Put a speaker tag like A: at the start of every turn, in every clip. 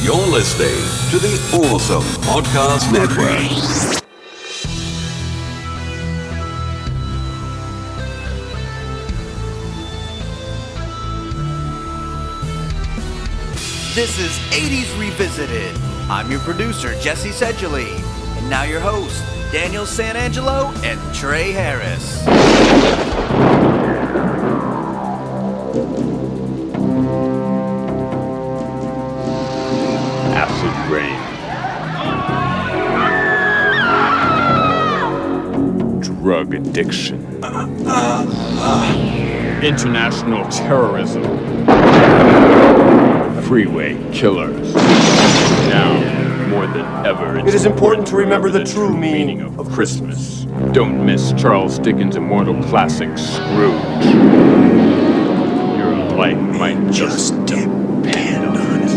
A: You're listening to the Awesome Podcast Network.
B: This is 80s Revisited. I'm your producer, Jesse Sedgley. And now your hosts, Daniel Santangelo and Trey Harris.
C: Acid Rain. Drug addiction. International terrorism. Freeway killers. Now, more than ever, it's
D: It is important to remember the true meaning
C: meaning
D: of
C: of Christmas. Don't miss Charles Dickens' immortal classic, Scrooge. Your life might just depend on it.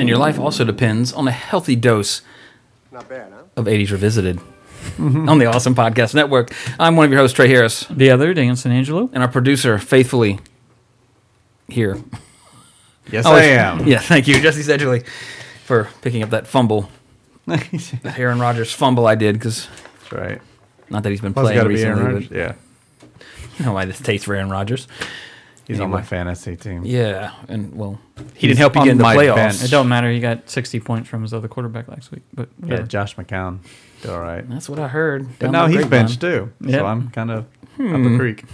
E: And your life also depends on a healthy dose of 80s Revisited on the Awesome Podcast Network. I'm one of your hosts, Trey Harris,
F: The other, Dan San Angelo.
E: and our producer, faithfully, here.
G: Yes,
E: Oh,
G: I am.
E: Yeah, thank you, Jesse Sedgley, for picking up that fumble, that Aaron Rodgers fumble I did, because
G: That's right.
E: not that he's been
G: Plus,
E: playing
G: got to be
E: recently, oh,
G: Aaron Rodgers.
E: but
G: Yeah,
E: you know why this tastes for Aaron Rodgers.
G: he's on my
E: Anyway.
G: fantasy team.
E: Yeah, and well, he
G: He's
E: didn't help you
G: on
E: get in the
G: my
E: playoffs.
G: bench.
F: It don't matter. He got 60 points from his other quarterback last week. But
G: Yeah,
F: whatever.
G: Josh McCown. Did all right.
E: That's what I heard.
G: But
E: down
G: now
E: the
G: he's
E: grapevine.
G: benched too.
F: Yep.
G: So I'm kind of up the creek.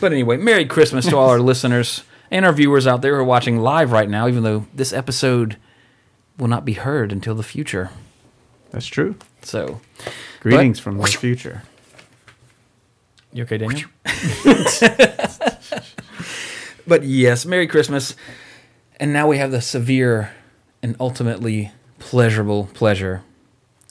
E: But anyway, Merry Christmas to all our listeners and our viewers out there who are watching live right now, even though this episode will not be heard until the future.
G: That's true.
E: So,
G: Greetings from the future.
E: you okay, Daniel? but yes, Merry Christmas. And now we have the severe and ultimately pleasurable pleasure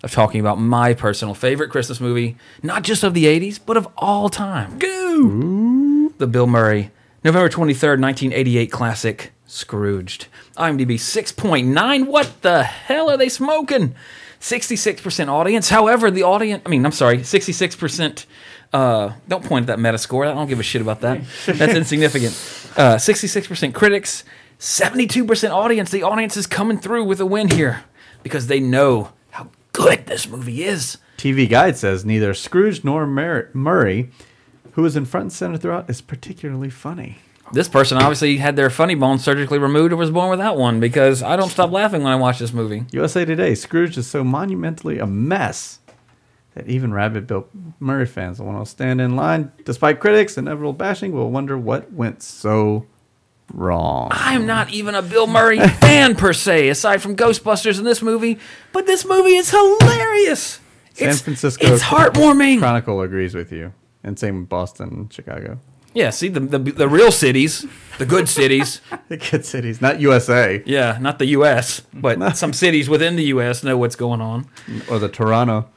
E: of talking about my personal favorite Christmas movie, not just of the 80s, but of all time. Goo! The Bill Murray, November 23rd, 1988 classic, Scrooged. IMDb 6.9. What the hell are they smoking? 66% audience. However, the audience, I mean, I'm sorry, 66%. Uh, don't point at that Metascore. I don't give a shit about that. That's insignificant. Uh, 66% critics, 72% audience. The audience is coming through with a win here because they know how good this movie is.
G: TV Guide says neither Scrooge nor Mer- Murray, who is in front and center throughout, is particularly funny.
E: This person obviously had their funny bone surgically removed or was born without one because I don't stop laughing when I watch this movie.
G: USA Today: Scrooge is so monumentally a mess that even rabid Bill Murray fans, the one who'll stand in line despite critics and inevitable bashing, will wonder what went so wrong.
E: I'm not even a Bill Murray fan per se, aside from Ghostbusters in this movie, but this movie is hilarious.
G: San
E: it's,
G: Francisco
E: It's heartwarming.
G: Chronicle agrees with you, and same with Boston, and Chicago.
E: Yeah, see the, the the real cities, the good cities.
G: The good cities, not USA
E: Yeah, not the U.S., but some cities within the U.S. know what's going on.
G: or the Toronto.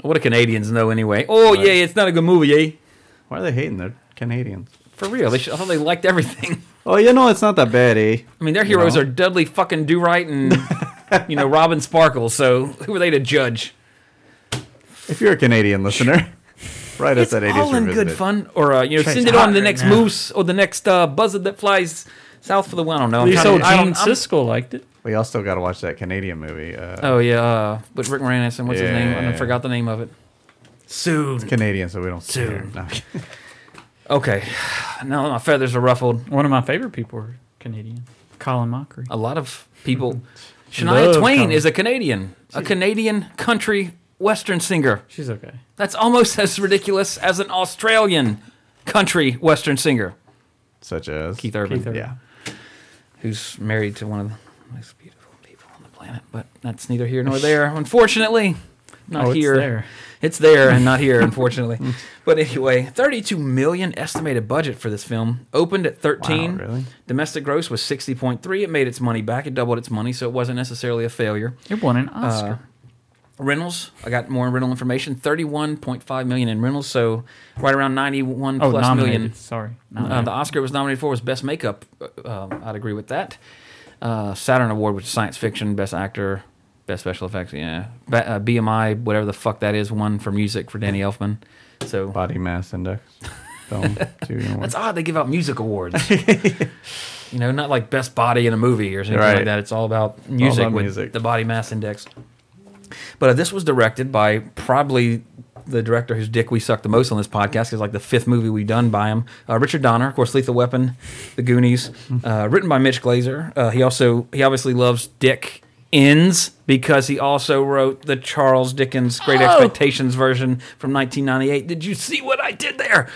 E: What do Canadians know anyway? Oh yeah, it's not a good movie, eh?
G: Why are they hating? They're Canadians.
E: For real, they should, I thought they liked everything.
G: Oh, you know it's not that bad, eh?
E: I mean, their heroes
G: know?
E: are Dudley fucking Do Right and you know Robin Sparkle. So who are they to judge?
G: If you're a Canadian listener, write us
E: It's
G: at 80s
E: all in good
G: Revisited.
E: fun, or uh, you know,
F: Trey's
E: send it on
F: hot
E: the
F: right
E: next
F: now.
E: moose or the next uh, buzzard that flies south for the wind. I don't know. I'm
F: At least
E: trying to-
F: old
E: I don't-
F: Gene
E: I'm-
F: Siskel liked it.
G: We all still got to watch that Canadian movie. Uh,
E: Oh yeah, uh, with Rick Moranis and what's his name? I
G: Yeah.
E: forgot the name of it.
F: Um,
E: Soon.
G: Canadian, so we don't care.
E: Soon.
G: No.
E: Okay, now my feathers are ruffled.
F: One of my favorite people are Canadian. Colin Mockery.
E: a lot of people. Shania Twain
F: Colin.
E: is a Canadian, a Canadian country western singer.
F: She's okay.
E: That's almost as ridiculous as an Australian country western singer,
G: Such as
E: Keith Urban,
F: Keith Urban.
G: Yeah,
E: who's married to one of the most beautiful people on the planet. But that's neither here nor there, unfortunately. Not
F: Oh, it's
E: here.
F: there.
E: It's there and not here, unfortunately. but anyway, 32 million estimated budget for this film. Opened at 13.
G: Wow, really?
E: Domestic gross was 60.3. It made its money back. It doubled its money, so it wasn't necessarily a failure.
F: It won an Oscar.
E: Rentals. I got more rental information. Thirty-one point five million in rentals, so right around ninety-one
F: oh,
E: plus
F: nominated.
E: million.
F: Sorry.
E: Uh,
F: Nominated.
E: the Oscar it was nominated for was Best Makeup. Uh, um, I'd agree with that. Uh, Saturn Award, which is science fiction, Best Actor, Best Special Effects. Yeah, Ba uh, BMI, whatever the fuck that is, one for music for Danny Elfman. So
G: body mass index. Film, two, and one.
E: that's odd. They give out music awards. You know, not like best body in a movie or something like
G: Right.
E: that. It's all about music
G: about
E: with
G: music.
E: the body mass index. But uh, this was directed by probably the director whose dick we suck the most on this podcast. It's like the fifth movie we've done by him. Uh, Richard Donner, of course, Lethal Weapon, The Goonies, uh, written by Mitch Glazer. Uh, he also he obviously loves dick ends because he also wrote the Charles Dickens Great Expectations version from 1998. Did you see what I did there?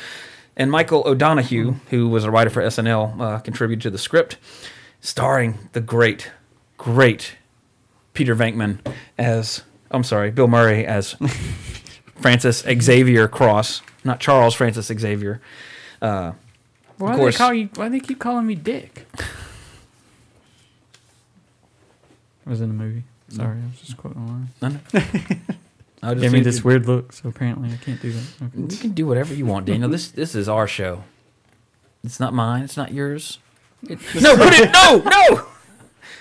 E: And Michael O'Donohue, who was a writer for SNL, uh, contributed to the script, starring the great, great Peter Venkman as I'm sorry, Bill Murray as Francis Xavier Cross, not Charles Francis Xavier. Uh,
F: Why
E: Of
F: do they
E: course.
F: call you? Why do they keep calling me Dick? I was in the movie. Sorry, I was just quoting a line.
E: I know. I just
F: Gave me
E: think
F: this
E: you-
F: weird look, so apparently I can't do that. Okay.
E: You can do whatever you want, Daniel. This this is our show. It's not mine. It's not yours. It- no, put it. No, no.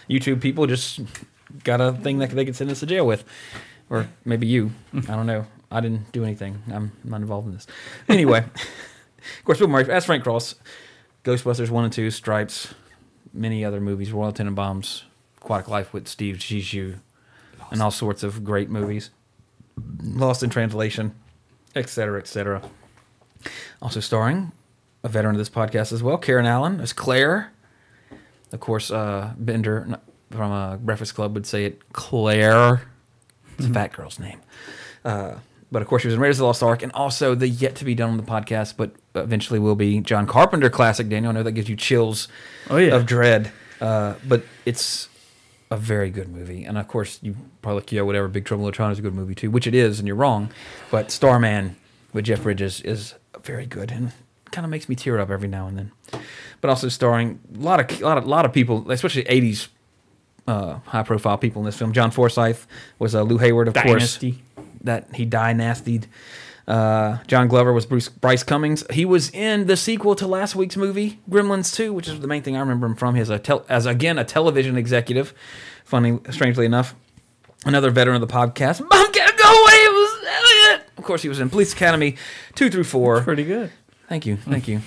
E: YouTube people just got a thing that they could send us to jail with, or maybe you. I don't know. I didn't do anything. I'm not involved in this. Anyway, of course, Bill Murray as Frank Cross, Ghostbusters one and two, Stripes, many other movies, Royal Tenenbaums, Aquatic Life with Steve Zissou, and all sorts of great movies. Lost in Translation, et cetera, et cetera. Also starring a veteran of this podcast as well, Karen Allen as Claire. Of course, uh, Bender n- from uh, Breakfast Club would say it Claire. It's a
F: Mm-hmm.
E: fat girl's name. Uh, but of course, she was in Raiders of the Lost Ark and also the yet to be done on the podcast, but eventually will be John Carpenter classic, Daniel. I know that gives you chills
F: Oh, yeah.
E: of dread. Uh, but it's a very good movie. And of course, you probably like, yeah, whatever, Big Trouble in Little China is a good movie too, which it is, and you're wrong. But Starman with Jeff Bridges is very good and kind of makes me tear up every now and then. But also starring a lot of, lot of, lot of people, especially 80s uh, high profile people in this film. John Forsythe was uh, Lou Hayward, of
F: Dynasty.
E: course. That he dynastied. Uh, John Glover was Bruce Bryce Cummings. He was in the sequel to last week's movie, Gremlins 2, which is the main thing I remember him from. He is a tel- as again a television executive. Funny, strangely enough, another veteran of the podcast. Mom gotta go away. It was Elliot. Of course, he was in Police Academy two through four.
F: Pretty good.
E: Thank you. Thank you.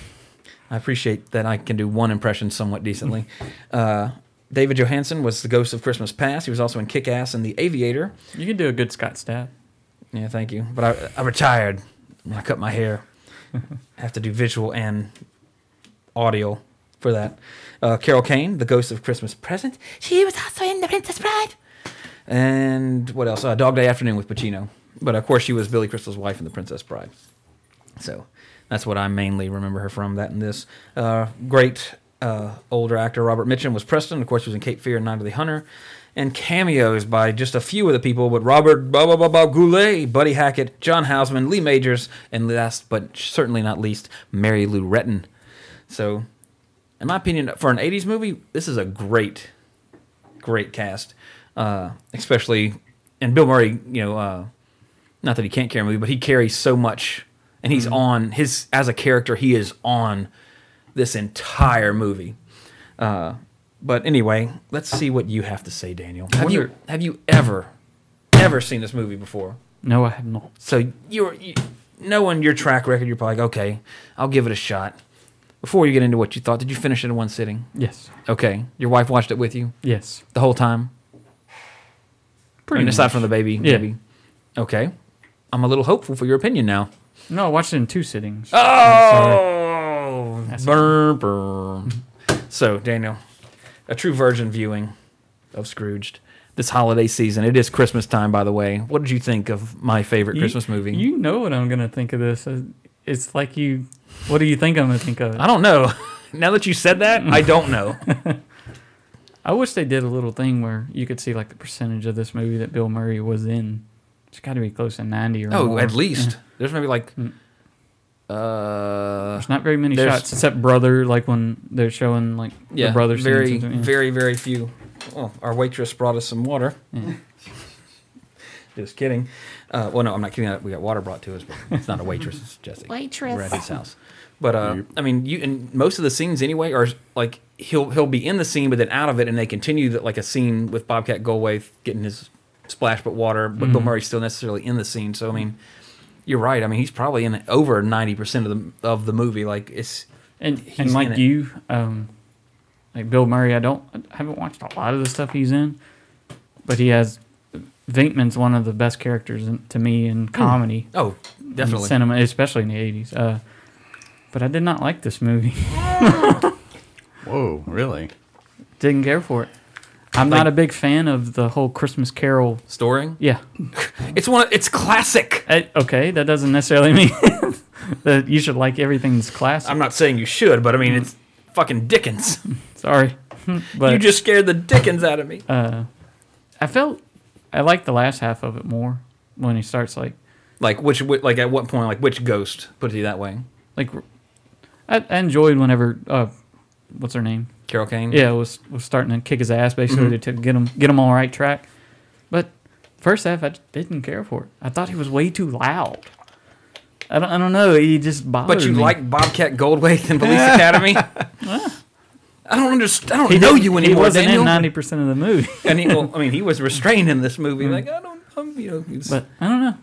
E: I appreciate that I can do one impression somewhat decently. Uh, David Johansen was the ghost of Christmas Past. He was also in Kick Ass and The Aviator.
F: You can do a good Scott Stapp.
E: Yeah, thank you. But I, I retired when I cut my hair. I have to do visual and audio for that. Uh, Carol Kane, the ghost of Christmas Present. She was also in The Princess Bride. And what else? Uh, Dog Day Afternoon with Pacino. But of course, she was Billy Crystal's wife in The Princess Bride. So that's what I mainly remember her from. That and this uh, great uh, older actor Robert Mitchum was Preston. Of course, he was in Cape Fear and Night of the Hunter, and cameos by just a few of the people, but Robert Ba Ba Ba Ba Goulet, Buddy Hackett, John Houseman, Lee Majors, and last but certainly not least, Mary Lou Retton. So, in my opinion, for an '80s movie, this is a great great cast, uh, especially and Bill Murray. You know, uh, not that he can't carry a movie, but he carries so much, and he's on his as a character. He is on this entire movie. Uh, but anyway, let's see what you have to say, Daniel. Have you
F: Wonder-
E: have you ever ever seen this movie before?
F: No, I have not.
E: So you're you, knowing your track record, you're probably like, okay, I'll give it a shot. Before you get into what you thought, did you finish it in one sitting?
F: Yes.
E: Okay, your wife watched it with you
F: Yes.
E: the whole time. I
F: Pretty
E: mean, aside
F: much.
E: from the baby,
F: Yeah.
E: maybe. Okay. I'm a little hopeful for your opinion now.
F: No, I watched it in two sittings.
E: Oh,
F: That's-
E: burn, So, Daniel, a true virgin viewing of Scrooged this holiday season. It is Christmas time, by the way. What did you think of my favorite
F: You-
E: Christmas movie?
F: You know what I'm gonna think of this. Uh, It's like you. What do you think I'm gonna think of?
E: I
F: It?
E: don't know. now that you said that, I don't know.
F: I wish they did a little thing where you could see like the percentage of this movie that Bill Murray was in. It's got to be close to ninety or
E: oh,
F: more.
E: at least Mm. there's maybe like, uh,
F: There's not very many
E: There's-
F: shots except brother, like when they're showing like
E: yeah,
F: the brother. scenes
E: very,
F: and stuff, yeah.
E: very, very few. Oh, our waitress brought us some water. Just kidding. Uh, well, no, I'm not kidding. We got water brought to us, but it's not a waitress. It's Jesse. Waitress. We're at his house. But uh, I mean, you and most of the scenes anyway are like he'll he'll be in the scene, but then out of it, and they continue that like a scene with Bobcat Goldthwait getting his splash, but water. But
F: Mm-hmm.
E: Bill Murray's still necessarily in the scene. So I mean, you're right. I mean, he's probably in over ninety percent of the of the movie. Like it's
F: And
E: in
F: and like
E: it.
F: you, um, Like Bill Murray, I don't I haven't watched a lot of the stuff he's in, but he has Venkman's one of the best characters in, to me in comedy,
E: Oh,
F: in
E: definitely.
F: cinema, especially in the eighties. Uh, but I did not like this movie.
G: Whoa, really?
F: Didn't care for it. I'm not a big fan of the whole Christmas Carol.
E: Storing.
F: Yeah,
E: It's one. It's classic.
F: I- okay, that doesn't necessarily mean that you should like everything that's classic.
E: I'm not saying you should, but I mean it's fucking Dickens.
F: Sorry, but
E: you just scared the Dickens out of me.
F: Uh, I felt I liked the last half of it more when he starts like
E: like which, whi- like at what point, like which ghost? Put it that way.
F: like I, I enjoyed whenever uh what's her name
E: Carol Kane.
F: yeah was was starting to kick his ass
E: Mm-hmm.
F: basically to get him get him on the right track but first half I didn't care for it I thought he was way too loud I don't I don't know he just bothered
E: But you
F: me.
E: like Bobcat Goldthwait and Police Academy? I don't understand. I don't
F: he
E: know
F: didn't-
E: you
F: he
E: anymore,
F: wasn't
E: Daniel.
F: in ninety percent of the movie
E: and he, well, I mean, he was restrained in this movie. Like I don't, I'm, you know, he was-
F: Mm. but I don't know.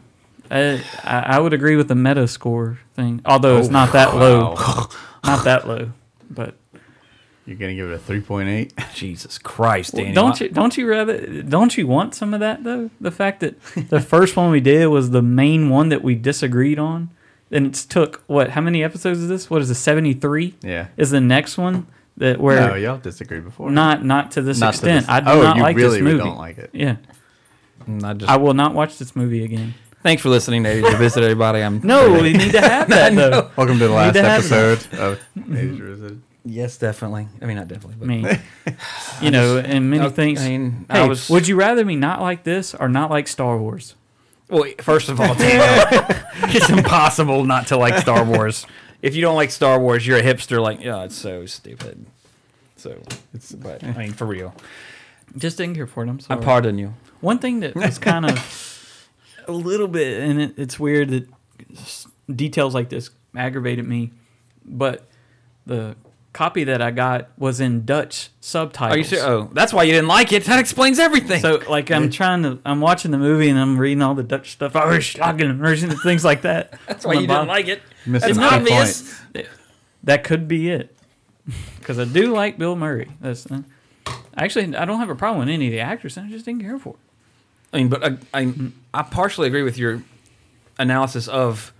F: I, I I would agree with the meta score thing,
E: Oh,
F: although it's not that low, not that low. But
G: You're gonna give it a three point eight?
E: Jesus Christ, Daniel.
F: don't you don't you rather don't you want some of that though? The fact that the first one we did was the main one that we disagreed on, and it's took what? How many episodes is this? What is it? Seventy three.
G: Yeah.
F: Is the next one that where
G: No, y'all disagreed before.
F: not not to this
G: Not to
F: extent?
G: this-
F: I do
G: Oh,
F: not
G: you
F: like
G: really
F: this movie.
G: don't like it.
F: Yeah,
E: I just,
F: I will not watch this movie again.
E: thanks for listening, ladies. To visit everybody. I'm
F: No, we need to have that though.
G: Welcome to the last
F: to have
G: episode of Major Resid.
E: Yes, definitely. I mean, not definitely, but
F: I mean, you know, and many
E: I-
F: things.
E: I mean,
F: hey,
E: I was-
F: would you rather me not like this or not like Star Wars?
E: Well, first of all, Timo, it's impossible not to like Star Wars. If you don't like Star Wars, you're a hipster. Like, yeah, it's so stupid. So, it's but I mean, for real,
F: Just didn't care for it. I'm
E: I
F: sorry.
E: pardon you.
F: One thing that was kind of a little bit, and it, it's weird that s- details like this aggravated me, but the copy that I got was in Dutch subtitles.
E: Are you sure? Oh, that's why you didn't like it. That explains everything.
F: So like I'm trying to I'm watching the movie and I'm reading all the Dutch stuff, Oh, Irish and things like that.
E: that's why you didn't like it.
G: Missing
E: It's
G: the point.
E: obvious.
F: That could be it. Because I do like Bill Murray. That's uh, actually I don't have a problem with any of the actors. I just didn't care for it.
E: I mean, but I, I, I partially agree with your analysis of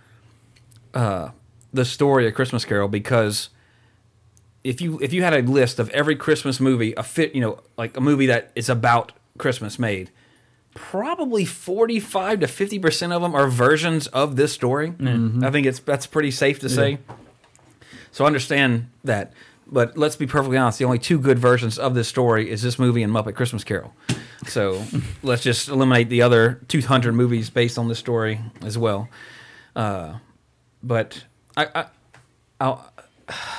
E: uh, the story of Christmas Carol because if you if you had a list of every Christmas movie, a fit, you know, like a movie that is about Christmas made, probably forty five to fifty percent of them are versions of this story. I think it's that's pretty safe to say. So I understand that. But let's be perfectly honest. The only two good versions of this story is this movie and Muppet Christmas Carol. So let's just eliminate the other 200 movies based on this story as well. Uh, but I, I, I'll,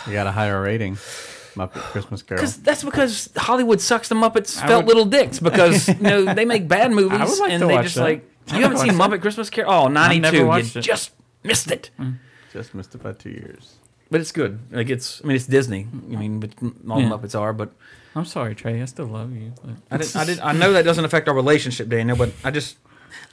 G: You got a higher rating. Muppet Christmas Carol.
E: Cause that's because Hollywood sucks the Muppets
F: I
E: felt
F: would-
E: little dicks because you know they make bad movies
F: I would like
E: and
F: to
E: they
F: watch
E: just
F: that.
E: like
F: I
E: you haven't
F: would
E: seen
F: watch
E: Muppet Christmas Carol. Oh, 92.
F: watched
E: you
F: it.
E: just missed it.
G: Just missed it by two years.
E: Mm. But it's good. Like it's I mean it's Disney. I mean but all
F: Yeah.
E: Muppets are. But
F: I'm sorry, Trey. I still love you. But
E: I didn't, I didn't I know that doesn't affect our relationship, Daniel. But I just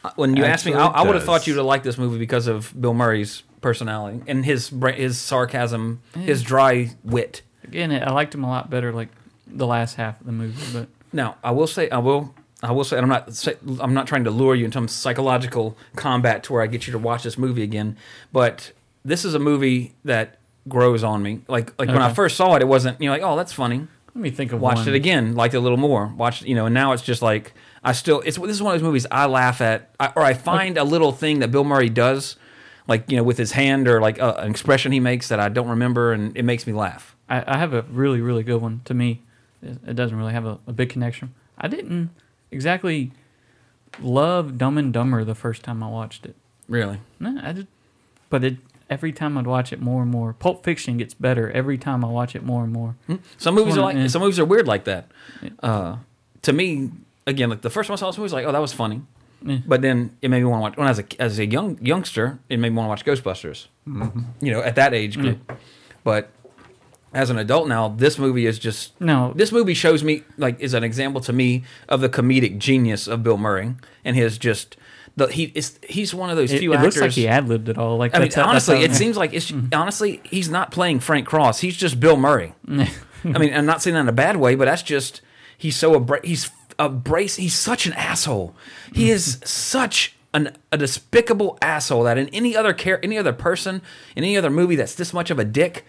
E: Uh, when you asked me, I,
G: Actually
E: I would have
G: does.
E: thought you would have liked this movie because of Bill Murray's personality and his bra- his sarcasm, his dry wit.
F: again, I liked him a lot better like the last half of the movie, but
E: Now, I will say, I will, I will say, and I'm not, say- I'm not trying to lure you into some psychological combat to where I get you to watch this movie again. But this is a movie that grows on me. Like, like when I
F: Okay.
E: first saw it, it wasn't, you know, like, oh, that's funny.
F: let me think of
E: Watched it
F: one.
E: again, liked it a little more. Watched, you know, and now it's just like I still. It's this is one of those movies I laugh at, I, or I find a little thing that Bill Murray does, like you know, with his hand or like uh, an expression he makes that I don't remember, and it makes me laugh.
F: I, I have a really, really good one to me. It it doesn't really have a, a big connection. I didn't exactly love Dumb and Dumber the first time I watched it.
E: Really,
F: No, I did, but it every time I'd watch it more and more. Pulp Fiction gets better every time I watch it more and more.
E: Some movies are
F: Well,
E: like
F: yeah.
E: some movies are weird like that. Uh, to me, again, like the first time I saw this movie, I was like, oh, that was funny. But then it made me want to watch. When I was a, as a young youngster, it made me want to watch Ghostbusters.
F: Mm-hmm.
E: You know, at that age group. But as an adult now, this movie is just
F: No.
E: This movie shows me like is an example to me of the comedic genius of Bill Murray and his just the he is he's one of those
F: It, it
E: few
F: looks
E: actors.
F: like he ad libbed it all. Like
E: I mean,
F: that's how- that's
E: honestly,
F: how-
E: it seems like it's honestly he's not playing Frank Cross. He's just Bill Murray. I mean, I'm not saying that in a bad way, but that's just he's so abra- he's abrace he's such an asshole. He is such an a despicable asshole that in any other care any other person in any other movie that's this much of a dick,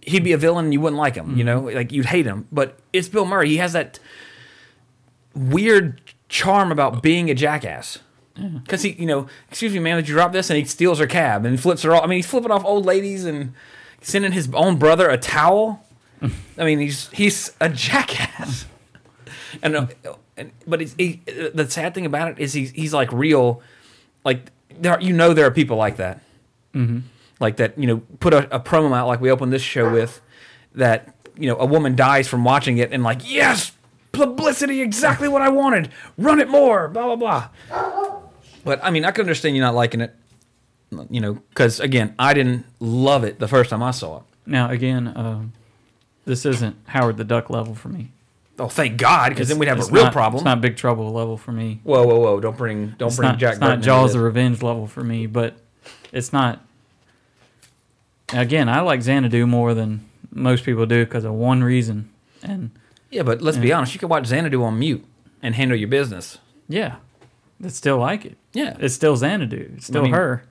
E: he'd be a villain and you wouldn't like him, you know? Like you'd hate him. But it's Bill Murray. He has that weird charm about being a jackass. Because he, you know, excuse me, man, did you drop this? And he steals her cab and flips her off. I mean, he's flipping off old ladies and sending his own brother a towel. I mean, he's he's a jackass. And, uh, and but it's, he, the sad thing about it is he's he's like real, like there are, you know there are people like that, mm-hmm. like that you know put a, a promo out like we opened this show with, that you know a woman dies from watching it and like yes publicity exactly what I wanted run it more blah blah blah. But I mean, I can understand you not liking it, you know, because again, I didn't love it the first time I saw it.
F: Now again, um, this isn't Howard the Duck level for me.
E: Oh, thank God, because then we'd have
F: It's
E: a real
F: not-
E: problem.
F: It's not Big Trouble level for me.
E: whoa, whoa, whoa! Don't bring, don't
F: It's
E: bring
F: not,
E: Jack.
F: it's not
E: Burton into
F: Jaws
E: this.
F: of Revenge level for me, but it's not. Again, I like Xanadu more than most people do because of one reason, and
E: Yeah, but let's be honest. You can watch Xanadu on mute and handle your business.
F: yeah, it's still like it.
E: Yeah,
F: It's still Xanadu. It's still
E: mean,
F: her.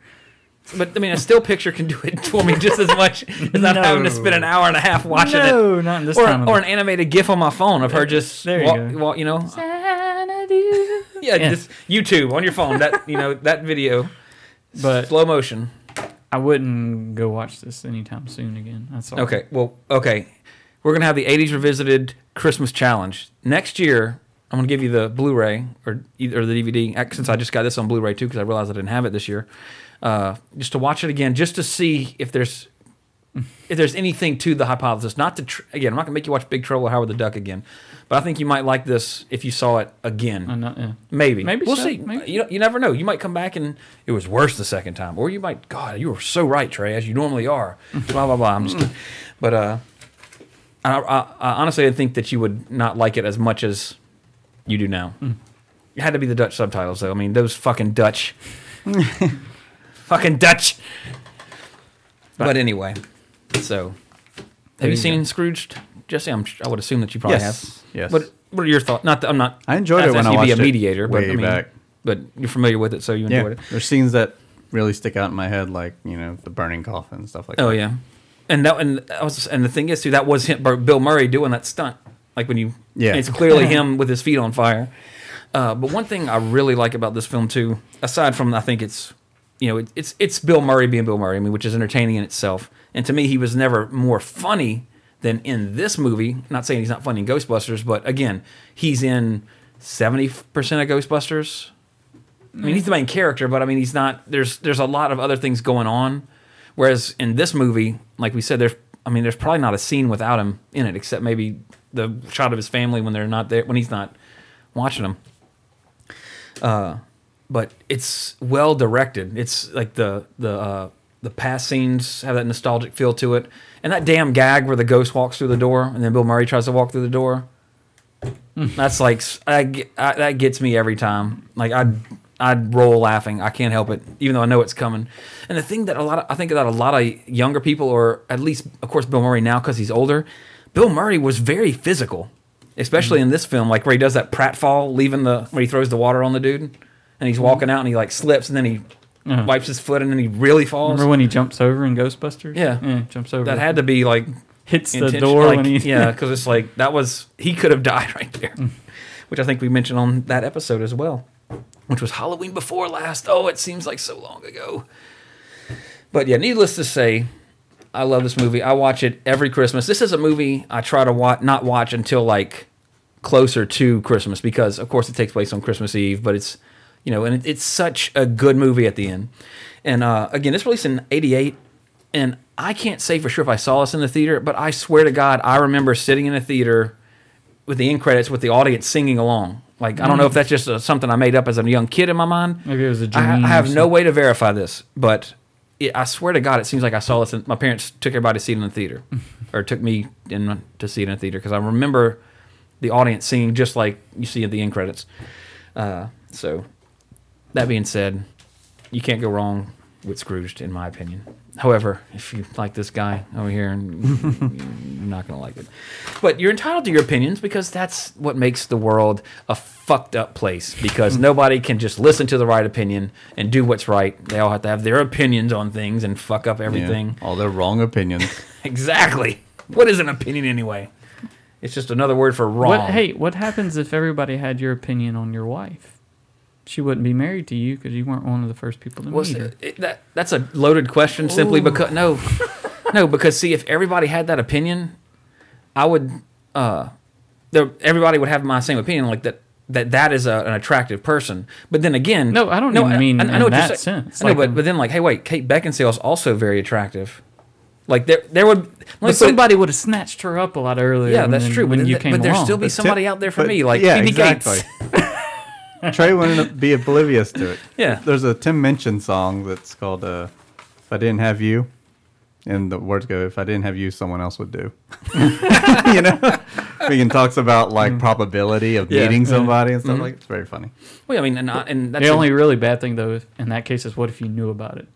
E: but I mean, a still picture can do it for me just as much as not having to spend an hour and a half watching it.
F: No, not this
E: Or,
F: time. of
E: or an
F: the-
E: animated GIF on my phone of her just
F: There you
E: walk,
F: go.
E: walk, you know. Yeah, just YouTube on your phone. That you know that video,
F: but
E: slow motion.
F: I wouldn't go watch this anytime soon again. That's all.
E: Okay, well, okay, we're gonna have the '80s revisited Christmas challenge next year. I'm gonna give you the Blu-ray or either or the DVD ac- uh, since I just got this on Blu-ray too because I realized I didn't have it this year. Uh, just to watch it again, just to see if there's if there's anything to the hypothesis. Not to tr- again, I'm not gonna make you watch Big Trouble or Howard the Duck again, but I think you might like this if you saw it again.
F: i know yeah.
E: Maybe.
F: Maybe
E: we'll
F: so,
E: see.
F: maybe.
E: You, you never know. You might come back and it was worse the second time, or you might. God, you were so right, Trey, as you normally are. blah blah blah. I'm just kidding. But uh, I, I, I honestly didn't think that you would not like it as much as you do now.
F: Hmm.
E: It had to be the Dutch subtitles, though. I mean, those fucking Dutch, fucking Dutch. But anyway, so have you,
F: you
E: seen Scrooge, Jesse? I'm, I would assume that you probably
G: Yes,
E: have.
G: yes.
E: What What are your thoughts? Not that I'm not.
G: I enjoyed it
E: not
G: when I
E: asking you to
G: watched
E: be a
G: it
E: mediator, but
G: way
E: I mean,
G: back.
E: but you're familiar with it, so you
G: Yeah,
E: enjoyed it.
G: there's scenes that really stick out in my head, like you know the burning coffin and stuff like.
E: Oh
G: that.
E: yeah, and that and I was and the thing is too that was him, Bill Murray doing that stunt. Like when you,
G: Yeah.
E: it's clearly him with his feet on fire. Uh, but one thing I really like about this film too, aside from I think it's, you know, it, it's it's Bill Murray being Bill Murray, I mean, which is entertaining in itself. And to me, he was never more funny than in this movie. Not saying he's not funny in Ghostbusters, but again, he's in seventy percent of Ghostbusters. I mean, he's the main character, but I mean, he's not. There's there's a lot of other things going on. Whereas in this movie, like we said, there's I mean, there's probably not a scene without him in it, except maybe the shot of his family when they're not there, when he's not watching them. Uh, but it's well directed. It's like the the uh, the past scenes have that nostalgic feel to it, and that damn gag where the ghost walks through the door and then Bill Murray tries to walk through the door. That's like s- I ge- I- that gets me every time. Like I I'd roll laughing. I can't help it, even though I know it's coming. And the thing that a lot of, I think that a lot of younger people, or at least of course Bill Murray now because he's older, Bill Murray was very physical,
F: Mm-hmm.
E: especially in this film. Like where he does that pratfall, leaving the where he throws the water on the dude, and he's walking out and he like slips and then he
F: Mm-hmm. Uh-huh.
E: wipes his foot and then he really falls.
F: Remember when he jumps over in Ghostbusters?
E: Yeah.
F: jumps over.
E: that had to be like
F: hits the
E: intention-
F: door
E: like,
F: when he Mm.
E: yeah, because it's like that was he could have died right there, which I think we mentioned on that episode as well, which was Halloween before last. Oh, it seems like so long ago. But yeah, needless to say, I love this movie. I watch it every Christmas. This is a movie I try to watch, not watch until like closer to Christmas because, of course, it takes place on Christmas Eve. But it's you know, and it, it's such a good movie at the end. And uh, again, it's released in '88, and I can't say for sure if I saw this in the theater, but I swear to God, I remember sitting in a theater with the end credits with the audience singing along. Like I don't know if that's just uh something I made up as a young kid in my mind.
F: Mm. Maybe it was a
E: I, ha-
F: dream
E: I
F: or
E: have no
F: something.
E: way to verify this, but it, I swear to God, it seems like I saw this. In, my parents took everybody to see it in the theater, or took me in to see it in the theater because I remember the audience singing just like you see at the end credits. Uh, so, that being said, you can't go wrong with Scrooged, in my opinion. However, if you like this guy over here, you're not going to like it. But you're entitled to your opinions because that's what makes the world a fucked up place because nobody can just listen to the right opinion and do what's right. They all have to have their opinions on things and fuck up everything.
G: All their wrong opinions.
E: Exactly. What is an opinion anyway? It's just another word for wrong.
F: What, hey, what happens if everybody had your opinion on your wife? She wouldn't be married to you because you weren't one of the first people to
E: What's-
F: meet her.
E: it- that, that's a loaded question simply because no, no, because see, if everybody had that opinion, I would, uh, there, everybody would have my same opinion, like that. That that is a, an attractive person, but then again,
F: No, I don't even mean in that
E: saying.
F: sense.
E: I know,
F: Like,
E: but, but then like, hey, wait, Kate Beckinsale's also very attractive. Like there, there would let me put
F: But
E: it-
F: somebody would have snatched her up a lot earlier.
E: Yeah, that's
F: than
E: true.
F: When
E: but
F: you
E: th-
F: came
E: but
F: along,
E: there'd still be
G: But
E: somebody
G: tip-
E: out there for
G: but-
E: me, like
G: yeah,
E: Phoebe
G: exactly.
E: Gates.
G: Trey wouldn't be oblivious to it.
E: Yeah.
G: There's a Tim Minchin song that's called uh, If I Didn't Have You. And the words go, If I didn't have you, someone else would do. you know? Megan talks about like probability of
E: Mm. Yeah. Mm-hmm.
G: meeting somebody and stuff like It's very funny.
E: Well, I mean, and, I- and that's
F: the
E: a-
F: only really bad thing though, is- in that case, is what if you knew about it?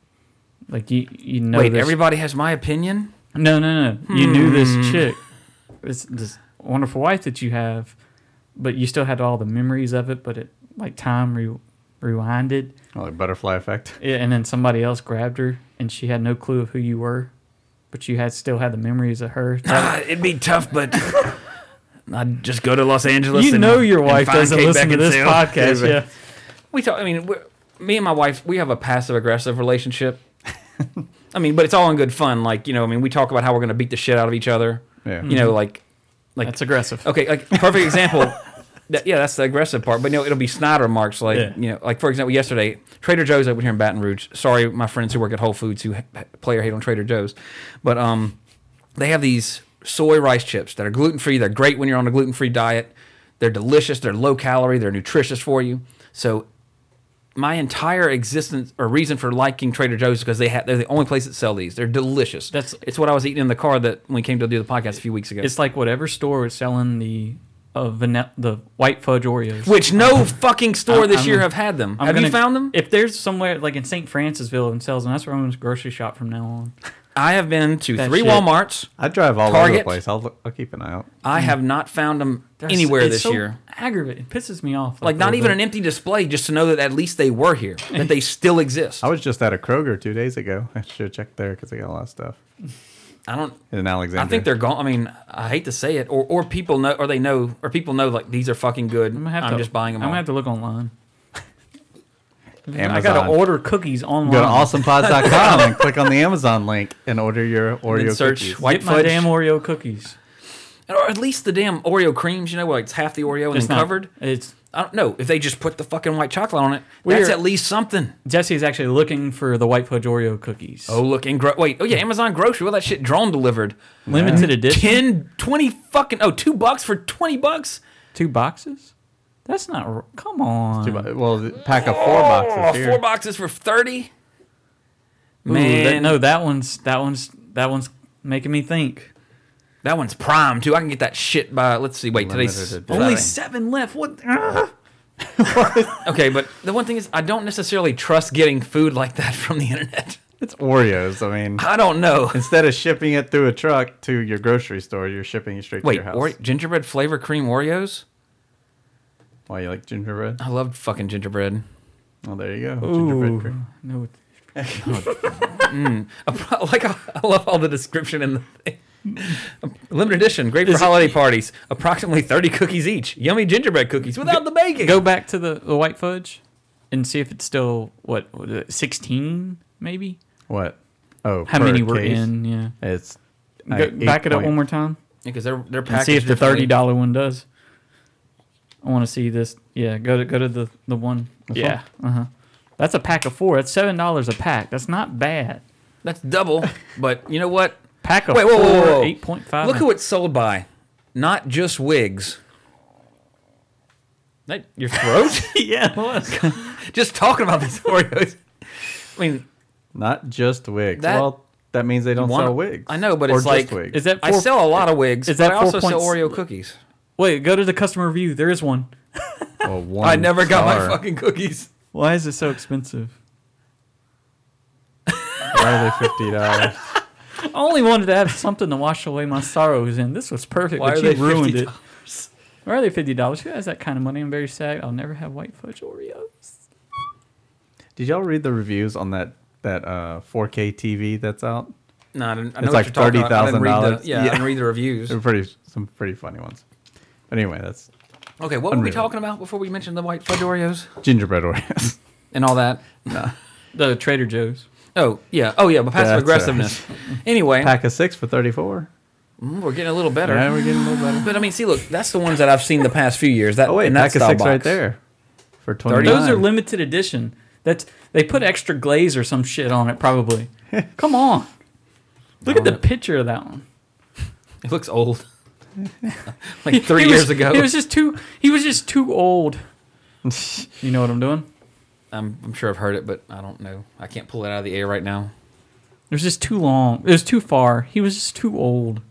F: Like you, you know.
E: wait,
F: this-
E: everybody Hmm. has my opinion.
F: No, no, no. You knew this chick, this this wonderful wife that you have, but you still had all the memories of it. But it like time re- rewinded,
G: Or, Oh, like butterfly effect.
F: yeah, and then somebody else grabbed her, and she had no clue of who you were, but you had still had the memories of her.
E: Ah, it'd be tough, but I'd just go to Los Angeles.
F: you
E: and-
F: know your
E: and
F: wife
E: find
F: doesn't
E: Kate
F: listen to this
E: Beckinsale.
F: podcast. Yeah,
E: We talk. I mean, we're, me and my wife, we have a passive aggressive relationship. I mean, but it's all in good fun. Like you know, I mean, we talk about how we're gonna beat the shit out of each other.
G: Yeah.
E: You know, like like
F: that's aggressive.
E: okay, like perfect example. that, yeah, that's the aggressive part. But no, it'll be Snyder marks. Like
F: Yeah.
E: you know, like for example, yesterday Trader Joe's over here in Baton Rouge. Sorry, my friends who work at Whole Foods who ha- player hate on Trader Joe's, but um, they have these soy rice chips that are gluten free. They're great when you're on a gluten free diet. They're delicious. They're low calorie. They're nutritious for you. So my entire existence or reason for liking Trader Joe's is because they ha- they're the only place that sell these. They're delicious.
F: That's-
E: it's what I was eating in the car that when we came to do the podcast a few weeks ago.
F: It's like whatever store was selling the uh, vanilla, the white fudge Oreos.
E: Which no fucking store
F: I'm-
E: this
F: I'm-
E: year have had them.
F: I'm
E: have you
F: gonna-
E: found them?
F: If there's somewhere like in St. Francisville and sells them, that's where I'm going to grocery shop from now on.
E: I have been to
F: That
E: three
F: shit.
E: WalMarts.
G: I drive all over
E: Target.
G: the place. I'll, look, I'll keep an eye out.
E: I have not found them
F: That's-
E: anywhere
F: it's
E: this
F: so
E: year.
F: Aggravating. It pisses me off.
E: Like not even an empty display, just to know that at least they were here, that they still exist.
G: I was just at a Kroger two days ago. I should have checked there because they got a lot of stuff.
E: I don't.
G: In Alexandria.
E: I think they're gone. I mean, I hate to say it, or or people know, or they know, or people know like these are fucking good. I'm,
F: gonna have to-
E: just buying them.
F: I'm
E: all.
F: gonna have to look online. I
G: Amazon.
F: gotta order cookies online.
G: Go to awesomepods.com and click on the Amazon link and order your
E: then
G: Oreo
E: search
G: cookies.
E: white
F: Get my
E: fudge.
F: damn Oreo cookies.
E: or at least the damn Oreo creams. You know, where it's half the Oreo and
F: It's
E: then
F: not-
E: covered.
F: It's
E: I don't know if they just put the fucking white chocolate on it.
F: We
E: that's
F: are-
E: at least something.
F: Jesse is actually looking for the white fudge Oreo cookies.
E: Oh, look, and gro- wait. Oh,
F: Hmm.
E: yeah, Amazon grocery. Well, that shit drone delivered.
F: limited edition.
E: 10, 20 fucking, oh, two bucks for 20 bucks?
F: Two boxes. That's not. r- Come on.
G: Well, the pack of four
E: Oh,
G: boxes here.
E: four boxes for 30?
F: Ooh,
E: Man,
F: that-
E: that,
F: no, that one's that one's that one's making me think.
E: one's prime, too. I can get that shit by, let's see, wait, today's
G: Limited
E: only
G: edition.
E: seven left. What? uh-huh. okay, but the one thing is, I don't necessarily trust getting food like that from the internet.
G: It's Oreos. I mean,
E: I don't know.
G: instead of shipping it through a truck to your grocery store, you're shipping it straight to
E: Wait,
G: your house.
E: Ore- gingerbread flavor cream Oreos?
G: Why you like gingerbread?
E: I love fucking gingerbread.
G: Well, there you go. Gingerbread cream.
F: No,
E: I like I love all the description in the thing. Limited edition, great for holiday
F: e-
E: parties. Approximately thirty cookies each. Yummy gingerbread cookies without the baking.
F: go back to the, the white fudge and see if it's still what sixteen maybe.
G: What? Oh,
F: How
G: per
F: many were
G: case,
F: in? Yeah.
G: It's uh,
F: Go, back it up one more time
E: because they're they're
F: and
E: packaged.
F: see if the
E: differently.
F: thirty dollar one does. I want to see this. Yeah, go to go to the the one. yeah. Uh huh. That's a pack of four. That's seven dollars a pack. That's not bad.
E: That's double, but you know what?
F: Pack of
E: Wait, whoa,
F: four,
E: whoa, whoa, whoa.
F: eight point five.
E: Look who it's sold by. Not just wigs. That your throat?
F: yeah, it was.
E: just talking about these Oreos. I mean,
G: Not just wigs.
E: That-
G: well, that means they don't
E: One-
G: sell wigs.
E: I know, but
G: Or
E: it's like-
G: just wigs.
F: Is that
E: I
F: four-
E: sell a lot of wigs.
F: Is
E: but
F: that
E: I also
F: four
E: sell
F: points-
E: Oreo cookies.
F: Wait, go to the customer review. There is one.
G: Well, one
E: I never got my
G: star.
E: fucking cookies.
F: Why is it so expensive?
G: Why are they fifty dollars?
F: I only wanted to have something to wash away my sorrows in. This was perfect,
E: Why
F: but
E: are
F: you
E: they
F: ruined it.
E: $50?
F: Why are they fifty dollars? Who has that kind of money? I'm very sad. I'll never have white fudge Oreos.
G: Did y'all read the reviews on that that uh, 4K TV that's out?
E: No, I, didn't, I know
G: It's
E: what
G: like
E: you're talking about. I didn't read the-
G: $30,000.
E: Yeah, I
G: Yeah.
E: didn't read the reviews.
G: They're pretty some pretty funny ones. But anyway, that's
E: Okay, what were we
G: Unreal.
E: talking about before we mentioned the white fudge Oreos
G: gingerbread Oreos.
E: and all that?
F: The Trader Joe's.
E: Oh yeah, oh yeah, but passive
G: That's
E: aggressiveness. Anyway,
G: Pack of six for thirty four.
E: mm, we're getting a little better.
G: Yeah, we're getting a little better.
E: But I mean, see, look, that's the ones that I've seen the past few years. That
G: Oh wait,
E: in that
G: pack of
E: style
G: six
E: box.
G: right there for twenty.
F: Those are limited edition. That's they put extra glaze or some shit on it probably. Come on. Look at the picture of that one.
E: It looks old, like three
F: He was-
E: years ago.
F: He was just too he was just too old. you know what I'm doing?
E: I'm, I'm sure I've heard it, but I don't know. I can't pull it out of the air right now.
F: It was just too long. It was too far. He was just too old.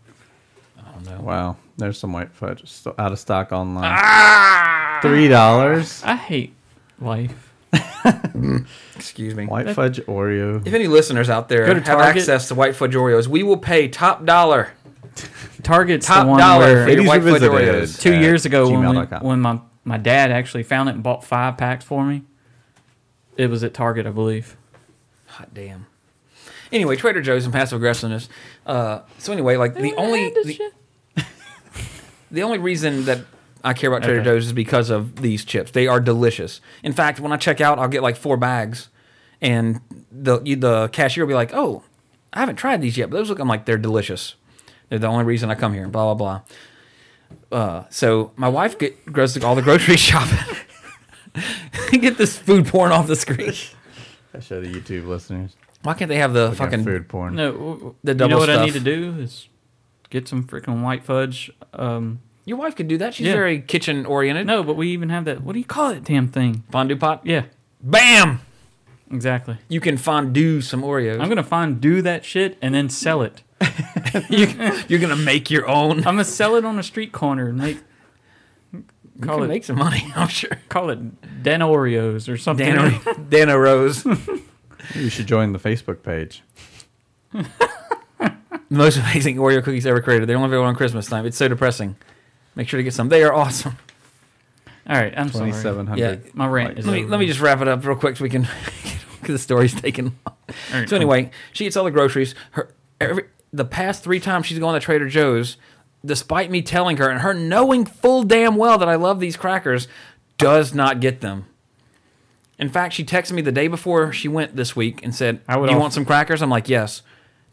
G: Wow, there's some white fudge still out of stock online.
E: Ah!
G: Three dollars.
F: I hate life.
E: Excuse me.
G: White fudge Oreo.
E: If any listeners out there
F: Go to
E: have
F: Target.
E: access to white fudge Oreos, we will pay top dollar.
F: Target's
E: Top
F: the one
E: dollar
F: where
E: for your
G: Ladies
E: white fudge
G: Revisited.
E: Oreos.
F: two
G: at
F: years ago when, we-
G: gmail.com.
F: when my, my dad actually found it and bought five packs for me. It was at Target, I believe.
E: Hot damn. Anyway, Trader Joe's and passive aggressiveness. Uh, so anyway, like the only the, the only reason that I care about Trader
F: Okay.
E: Joe's is because of these chips. They are delicious. In fact, when I check out, I'll get like four bags, and the you- the cashier will be like, "Oh, I haven't tried these yet, but those look." I'm like, "They're delicious. They're the only reason I come here." Blah blah blah. Uh, so my wife get, goes to all the grocery shopping. get this food porn off the screen.
G: I show the YouTube listeners.
E: Why can't they have the
G: Fucking
E: fucking
G: food porn.
F: no, w- w-
E: The
F: you
E: double
F: know what I
E: stuff.
F: need to do is get some freaking white fudge. Um,
E: Your wife could do that. She's
F: Yeah.
E: very kitchen oriented.
F: no, but we even have that. What do you call it? Damn thing.
E: Fondue pot.
F: Yeah,
E: Bam!
F: exactly.
E: You can fondue some Oreos.
F: I'm gonna find do that shit and then sell it. You can-
E: You're gonna make your own.
F: I'm gonna sell it on a street corner and make
E: You
F: call
E: can
F: it
E: make some money, I'm sure.
F: call it Dan Oreos or something.
E: Dana, Dana Rose.
G: You should join the Facebook page.
E: The most amazing Oreo cookies ever created. They're only available on Christmas time. It's so depressing. Make sure to get some. They are awesome.
F: All right, I'm
G: Twenty
F: sorry.
G: seven hundred.
E: Yeah.
F: My rant is
E: Let me,
F: over.
E: let me just wrap it up real quick so we can, because the story's taking long.
F: All right,
E: So anyway, she gets all the groceries. Her every, the past three times she's gone to Trader Joe's, despite me telling her and her knowing full damn well that I love these crackers, does not get them. In fact, she texted me the day before she went this week and said,
F: I would
E: "Do you
F: al-
E: want some crackers?" I'm like, "Yes."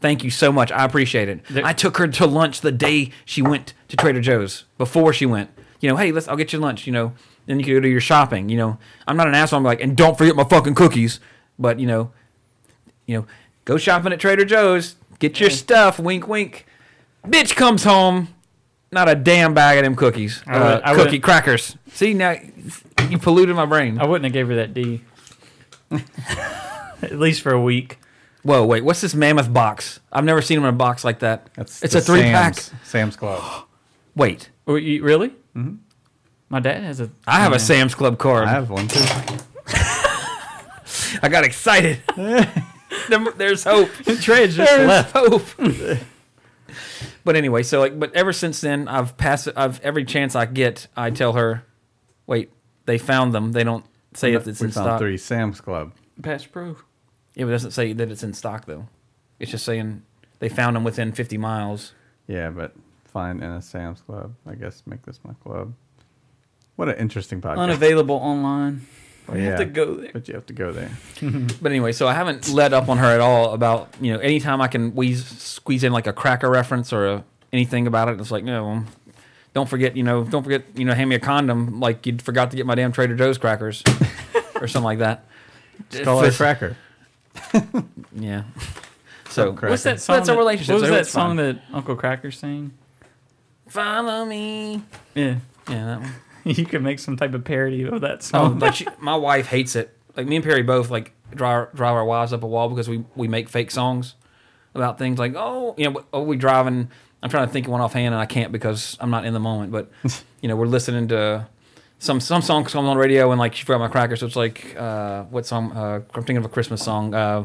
E: Thank you so much. I appreciate it.
F: There-
E: I took her to lunch the day she went to Trader Joe's before she went. You know, hey, let's I'll get you lunch, you know. Then you can go do your shopping, you know. I'm not an asshole. I'm like, and don't forget my fucking cookies. But, you know, you know, go shopping at Trader Joe's, get your stuff, wink, wink. Bitch comes home, not a damn bag of them cookies,
F: I would-
E: uh,
F: I would-
E: cookie crackers. See now, you polluted my brain.
F: I wouldn't have gave her that D. At least for a week.
E: Whoa, wait, what's this mammoth box? I've never seen them in a box like that.
G: That's
E: it's
G: the
E: a three pack.
G: Sam's- Sam's Club.
E: Wait,
F: Oh, you- really? Mm-hmm. My dad has a.
E: I have a Sam's Club card.
G: I
E: I,
G: have one too.
E: got excited. There- There's hope.
F: Trey's just
E: There's
F: left.
E: hope. but anyway, so like, but ever since then, I've passed. I've every chance I get, I tell her, "Wait, they found them. They don't say if it's
G: we
E: in
G: found
E: stock.
G: three Sam's Club.
F: Past pro.
E: Yeah, but it doesn't say that it's in stock though. It's just saying they found them within 50 miles.
G: Yeah, but fine in a Sam's Club. I guess make this my club. What an interesting podcast.
F: Unavailable online.
G: But
F: have to go there.
G: But you have to go there.
E: But anyway, so I haven't let up on her at all about you know anytime I can wheeze, squeeze in like a cracker reference or a, anything about it. It's like no, um, don't forget you know don't forget you know hand me a condom like you forgot to get my damn Trader Joe's crackers or something like that.
G: Just call it a cracker.
E: Yeah. So
G: Cracker.
F: What's that song?
E: That's our
F: that-
E: relationship,
F: What was
E: so
F: that
E: it's fine.
F: song that Uncle Cracker sang?
E: follow me.
F: Yeah.
E: Yeah, that one.
F: You could make some type of parody of that
E: Oh,
F: song.
E: like she, my wife hates it. Like me and Perry both like drive drive our wives up a wall because we we make fake songs about things like oh you know oh we driving. I'm trying to think of one offhand and I can't because I'm not in the moment. But you know we're listening to some some song comes on the radio and like she forgot my crackers. So it's like uh, what song? Uh, I'm thinking of a Christmas song. Uh,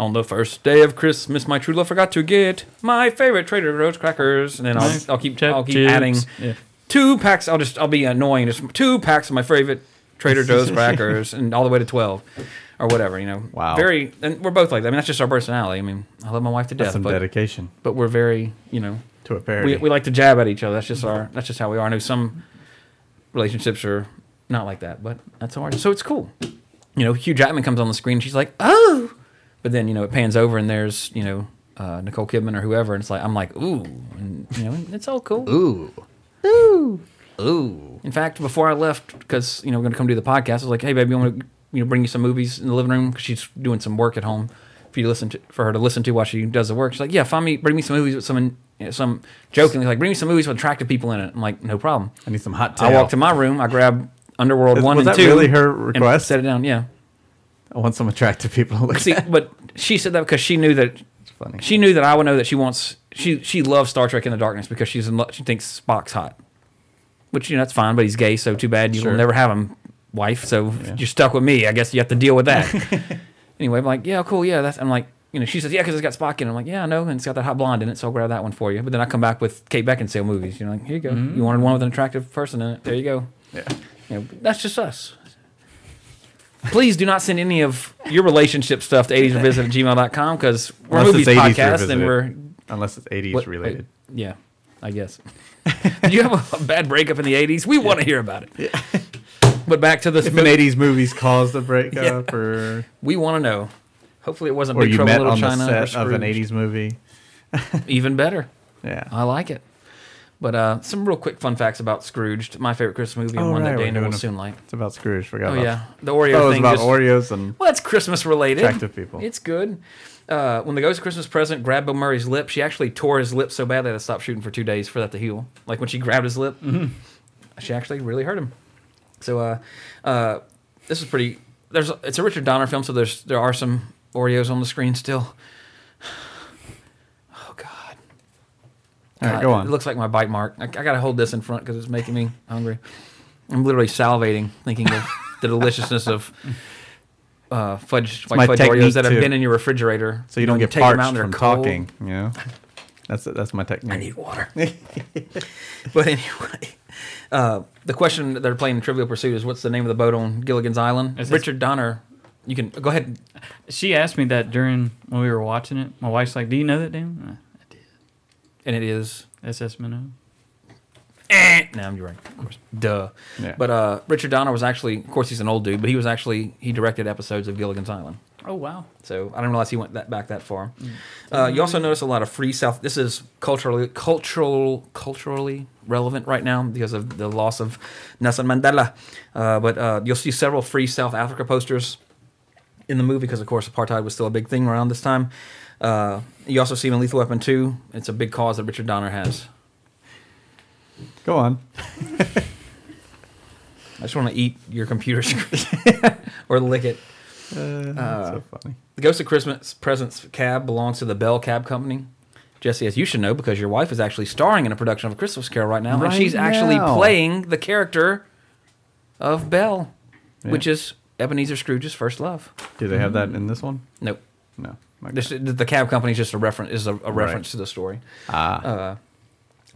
E: On the first day of Christmas, my true love forgot to get my favorite Trader Joe's crackers, and then I'll, I'll keep I'll keep adding
F: Yeah.
E: two packs. I'll just I'll be annoying. Just two packs of my favorite Trader Joe's crackers, and all the way to twelve, or whatever. You know.
G: Wow.
E: Very, and we're both like that. I mean, that's just our personality. I mean, I love my wife to
G: That's
E: death,
G: some
E: but
G: dedication
E: but we're very, you know,
G: to a parody.
E: we, we like to jab at each other. That's just our that's just how we are. I know some relationships are not like that, but that's how ours. is. So it's cool. You know, Hugh Jackman comes on the screen. and She's like, oh, but then you know it pans over and there's you know uh, Nicole Kidman or whoever, and it's like I'm like ooh, and you know it's all cool.
G: Ooh.
E: In fact, before I left, because you know we're gonna come do the podcast, I was like, "Hey, baby, I want to you know bring you some movies in the living room because she's doing some work at home for you to listen to for her to listen to while she does the work." She's like, "Yeah, find me, bring me some movies with some you know, some jokingly like bring me some movies with attractive people in it." I'm like, "No problem."
G: I need some hot
E: I
G: tail.
E: walk to my room, I grab Underworld
G: Is-
E: one
G: was
E: and
G: that
E: two.
G: really her
E: and
G: request?
E: set it down, yeah.
G: I want some attractive people to look
E: See,
G: at.
E: but she said that because she knew that
G: It's funny.
E: she knew that I would know that she wants she she loves Star Trek in the Darkness because she's in love, she thinks Spock's hot, which you know that's fine, but he's gay, so too bad you
G: Sure.
E: will never have him, wife. So you're stuck with me. I guess you have to deal with that. anyway, I'm like, yeah, cool, yeah. That's I'm like, you know, she says, yeah, because it's got Spock in. it. I'm like, yeah, I know, and it's got that hot blonde in it, so I'll grab that one for you. But then I come back with Kate Beckinsale movies. You know, like here you go.
G: Mm-hmm.
E: You wanted one with an attractive person in it. There you go.
G: Yeah.
E: You know, that's just us. Please do not send any of your relationship stuff to 80s revisit at gmail.com because we're a
G: Unless
E: movies
G: it's 80s
E: podcast and
G: Revisited.
E: we're.
G: Unless it's 80s
E: what-
G: related.
E: wait, yeah, I guess. Did you have a, a bad breakup in the 80s? We want to hear about it. but back to this
G: If an
E: movie.
G: 80s movie's caused a breakup or,
E: We want to know. Hopefully it wasn't
G: or
E: Big
G: you
E: Trouble in
G: met
E: Little
G: on
E: China
G: the
E: or
G: set of an
E: Scrooge.
G: 80s movie.
E: Even better.
G: Yeah.
E: I like it. But uh, some real quick fun facts about Scrooged, my favorite Christmas movie, and
G: Oh,
E: one
G: right,
E: that
G: we're
E: Dana will
G: doing a-
E: soon like.
G: It's about Scrooge. Forgot
E: Oh,
G: about
E: yeah. The Oreo
G: Oh, it was
E: thing.
G: about
E: just-
G: Oreos and
E: Well, that's Christmas related.
G: Attractive people.
E: It's good. Uh, when the Ghost Christmas present grabbed Bill Murray's lip, she actually tore his lip so bad that I stopped shooting for two days for that to heal. Like when she grabbed his lip,
G: Mm-hmm.
E: she actually really hurt him. So uh, uh, this is pretty. There's it's a Richard Donner film, so there's there are some Oreos on the screen still. Oh God!
G: All right,
E: God,
G: go on.
E: It looks like my bite mark. I, I gotta hold this in front because it's making me hungry. I'm literally salivating thinking of the deliciousness of uh, fudge
G: my
E: white fudge
G: technique
E: Oreos that have
G: too.
E: been in your refrigerator.
G: so you don't
E: know,
G: get
E: take 'em
G: parched
E: out and they're
G: from
E: cold.
G: talking. You know, that's that's my technique.
E: I need water. but anyway, uh, the question that they're playing in Trivial Pursuit is what's the name of the boat on Gilligan's Island?
F: Is this-
E: Richard Donner. You can go ahead.
F: She asked me that during when we were watching it. My wife's like, "Do you know that, Dan?" Uh,
E: And it is.
F: SS Minnow.
E: No, you're right. Of course. Duh.
G: Yeah.
E: But uh, Richard Donner was actually, of course, he's an old dude, but he was actually, he directed episodes of Gilligan's Island.
F: Oh wow.
E: So I didn't realize he went that back that far. Uh, you also notice a lot of free South. This is culturally, cultural, culturally relevant right now because of the loss of Nelson Mandela. Uh, but uh, you'll see several free South Africa posters in the movie because, of course, apartheid was still a big thing around this time. Uh, you also see him in Lethal Weapon 2. It's a big cause that Richard Donner has.
G: Go on.
E: I just want to eat your computer screen or lick it. Uh,
G: That's so funny.
E: The Ghost of Christmas Presents cab belongs to the Bell Cab Company. Jesse, as you should know, because your wife is actually starring in a production of A Christmas Carol right now, and
G: Right
E: she's actually
G: now.
E: playing the character of Belle,
G: Yeah.
E: which is Ebenezer Scrooge's first love.
G: Do they have that in this one?
E: Nope.
G: No. Okay.
E: This, the cab company is just a reference is a, a reference to the story.
G: Ah.
E: Uh,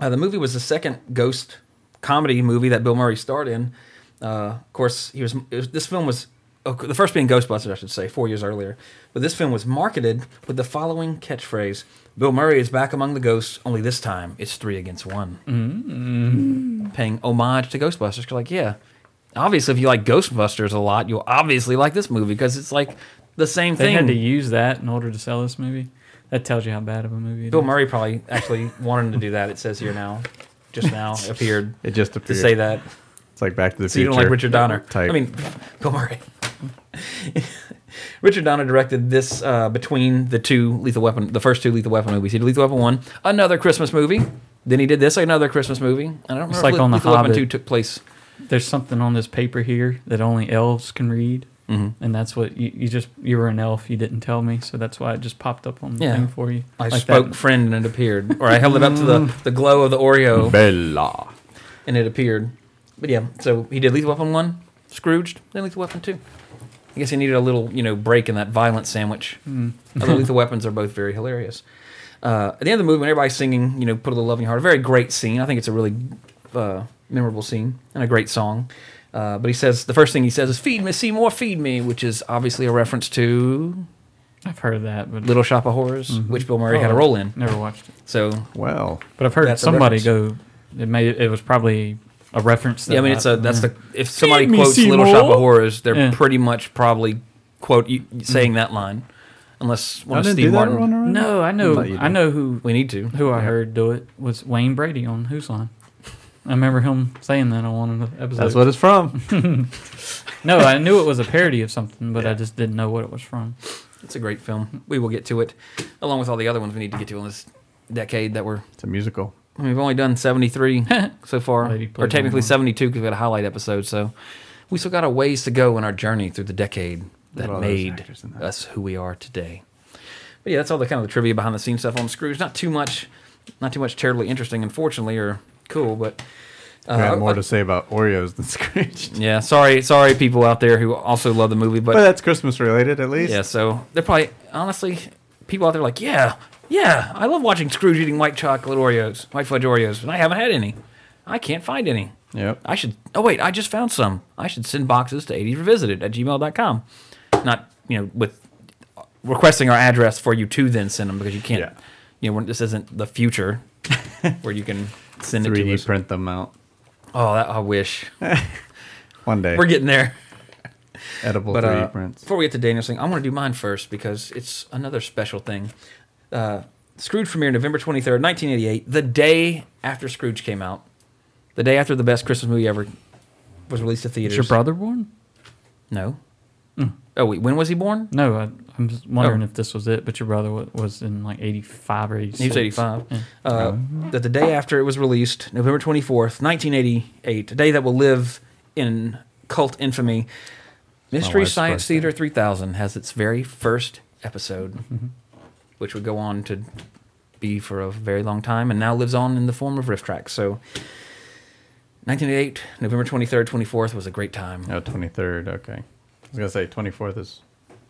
E: uh, the movie was the second ghost comedy movie that Bill Murray starred in. Uh, of course, he was, it was- this film was oh, the first being Ghostbusters, I should say, four years earlier. But this film was marketed with the following catchphrase: "Bill Murray is back among the ghosts, only this time it's three against one."
F: Mm.
E: Paying homage to Ghostbusters, 'cause like yeah, obviously if you like Ghostbusters a lot, you'll obviously like this movie because it's like the same
F: They
E: thing.
F: had to use that in order to sell this movie. That tells you how bad of a movie it is.
E: Bill Murray probably actually wanted to do that. It says here now, just now appeared
G: it just
E: to
G: appeared.
E: say that.
G: It's like Back to the
E: So you
G: Future.
E: don't like Richard Donner?
G: Type.
E: I mean, Bill Murray. Richard Donner directed this uh, between the two Lethal Weapon, the first two Lethal Weapon movies. He did Lethal Weapon one, another Christmas movie. Then he did this, another Christmas movie. And I don't remember
F: like
E: if
F: on The
E: Lethal Weapon
F: Hobbit.
E: two took place.
F: There's something on this paper here that only elves can read, mm-hmm. and that's what you, you just you were an elf. You didn't tell me, so that's why it just popped up on the
E: Yeah.
F: thing for you.
E: I
F: Like
E: spoke
F: that.
E: friend and it appeared, or I held it up to the, the glow of the Oreo
G: Bella.
E: and it appeared. But yeah, so he did Lethal Weapon one, Scrooged, then Lethal Weapon two. I guess he needed a little, you know, break in that violent sandwich. Although lethal weapons are both very hilarious. Uh, at the end of the movie, when everybody's singing, you know, put a little loving heart. A very great scene. I think it's a really uh, memorable scene and a great song. Uh, but he says the first thing he says is "Feed me, Seymour, feed me," which is obviously a reference to
F: I've heard of that, but
E: Little Shop of Horrors, which Bill Murray had a
F: Oh,
E: role in.
F: Never watched it,
E: So
G: Well,
F: but I've heard
E: That's a
F: somebody go. It may it was probably a reference. That
E: Yeah, I mean, it's a that's the if somebody
F: me,
E: quotes Little Shop
F: Seymour.
E: of Horrors, they're
F: Yeah.
E: pretty much probably quote you, saying that line, unless one
G: I
E: of
G: didn't
E: Steve
G: do that
E: Martin.
G: on our own.
F: no. I know.
G: But you
F: I know who
E: We need to.
F: who I heard do it was Wayne Brady on Who's Line. I remember him saying that on one of the episodes.
G: That's what it's from.
F: no, I knew it was a parody of something, but I just didn't know what it was from.
E: It's a great film. We will get to it, along with all the other ones we need to get to in this decade that we're.
G: It's a musical.
E: I mean, we've only done seventy three so far,
F: Lady
E: or
F: played
E: technically
F: one.
E: seventy two because we had a highlight episode. So we still got a ways to go in our journey through the decade that
G: all those
E: made
G: actors in that.
E: us who we are today. But yeah, that's all the kind of the trivia behind the scenes stuff on Scrooge. Not too much, not too much terribly interesting, unfortunately, or cool. But
G: I
E: uh,
G: had more
E: uh,
G: to say about Oreos than Scrooge.
E: yeah, sorry, sorry, people out there who also love the movie,
G: But
E: but
G: that's Christmas related, at least.
E: yeah, so they're probably honestly people out there are like, yeah, yeah, I love watching Scrooge eating white chocolate Oreos, white fudge Oreos, and I haven't had any. I can't find any.
G: Yep.
E: I should. Oh wait, I just found some. I should send boxes to 80s revisited at gmail.com. Not you know with requesting our address for you to then send them because you can't.
G: Yeah.
E: You know this isn't the future where you can send it to
G: 3D
E: us.
G: print them out.
E: Oh, that, I wish
G: One day.
E: we're getting there.
G: edible
E: But
G: 3D
E: uh,
G: prints.
E: before we get to Daniel's thing, I want to do mine first because it's another special thing. Uh, Scrooge premiered November 23rd, 1988, the day after Scrooge came out, the day after the best Christmas movie ever was released to
F: Was
E: theaters.
F: your brother born?
E: No. Oh, wait, when was he born?
F: No, I, I'm just wondering
E: Oh.
F: if this was it. But your brother wa- was in like '85 or '86.
E: He was 85. Uh, that the day after it was released, November 24th, 1988, a day that will live in cult infamy, Mystery
G: wife's
E: Science
G: birthday.
E: Theater 3000 has its very first episode, which would go on to be for a very long time and now lives on in the form of riff tracks. So 1988, November 23rd, 24th was a great time.
G: Oh, 23rd. Okay. I was going to say 24th is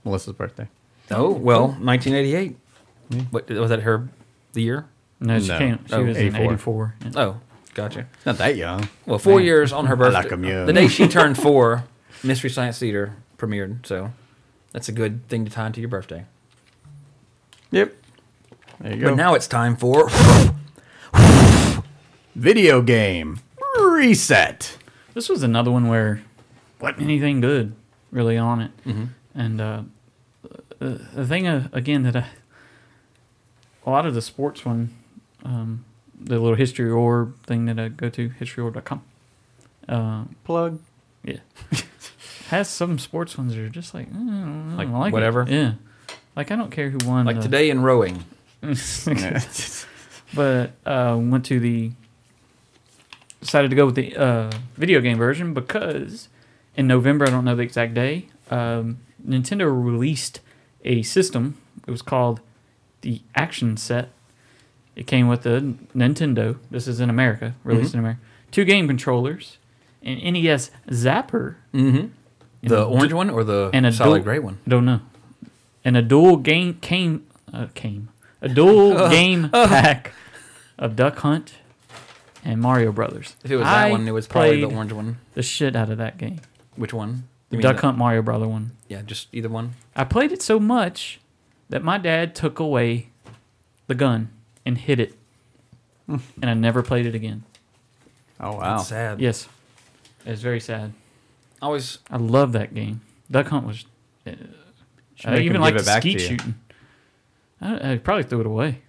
G: Melissa's birthday.
E: Oh, well, 1988. What, was that her, the year?
F: No, she
G: No.
F: can't. She
E: Oh,
F: was in
G: 84.
F: '84. Yeah.
E: Oh, gotcha.
G: Not that young.
E: Well, four years on her birthday.
G: like 'em young.
E: the day she turned four, Mystery Science Theater premiered. So that's a good thing to tie into your birthday.
G: Yep. There you go.
E: But now it's time for
G: Video game. Reset.
F: This was another one where wasn't anything good really on it.
E: Mm-hmm.
F: And uh, the, the thing uh, again that I, a lot of the sports one, um, the little history or thing that I go to historyor.com, uh,
G: Plug.
F: yeah, has some sports ones that are just like, mm, I don't
E: Like
F: like, like it.
E: whatever?
F: yeah. Like I don't care who won.
E: like
F: the-
E: today in rowing.
F: but uh, went to the decided to go with the uh, video game version because in November I don't know the exact day um, Nintendo released a system. It was called the Action Set. It came with the Nintendo. This is in America, released in America. Two game controllers, an NES Zapper,
E: The orange one or the
F: and a
E: solid
F: dual-
E: gray one?
F: I don't know. And a dual game came uh, came a dual
E: Uh,
F: game pack of Duck Hunt and Mario Brothers.
E: If it was that
F: I
E: one, it was probably the
F: played
E: orange one.
F: The shit out of that game,
E: Which one?
F: the
E: You mean
F: Duck
E: the-
F: Hunt Mario Brother one.
E: Yeah, just either one.
F: I played it so much that my dad took away the gun and hid it, and I never played it again.
G: Oh,
E: That's
G: wow.
E: sad.
F: Yes, it's very sad.
E: I always
F: I love that game. Duck Hunt was. Uh, I
G: make
F: even
G: him
F: like
G: give
F: the
G: it back to
F: skeet
G: you.
F: shooting. I, I probably threw it away.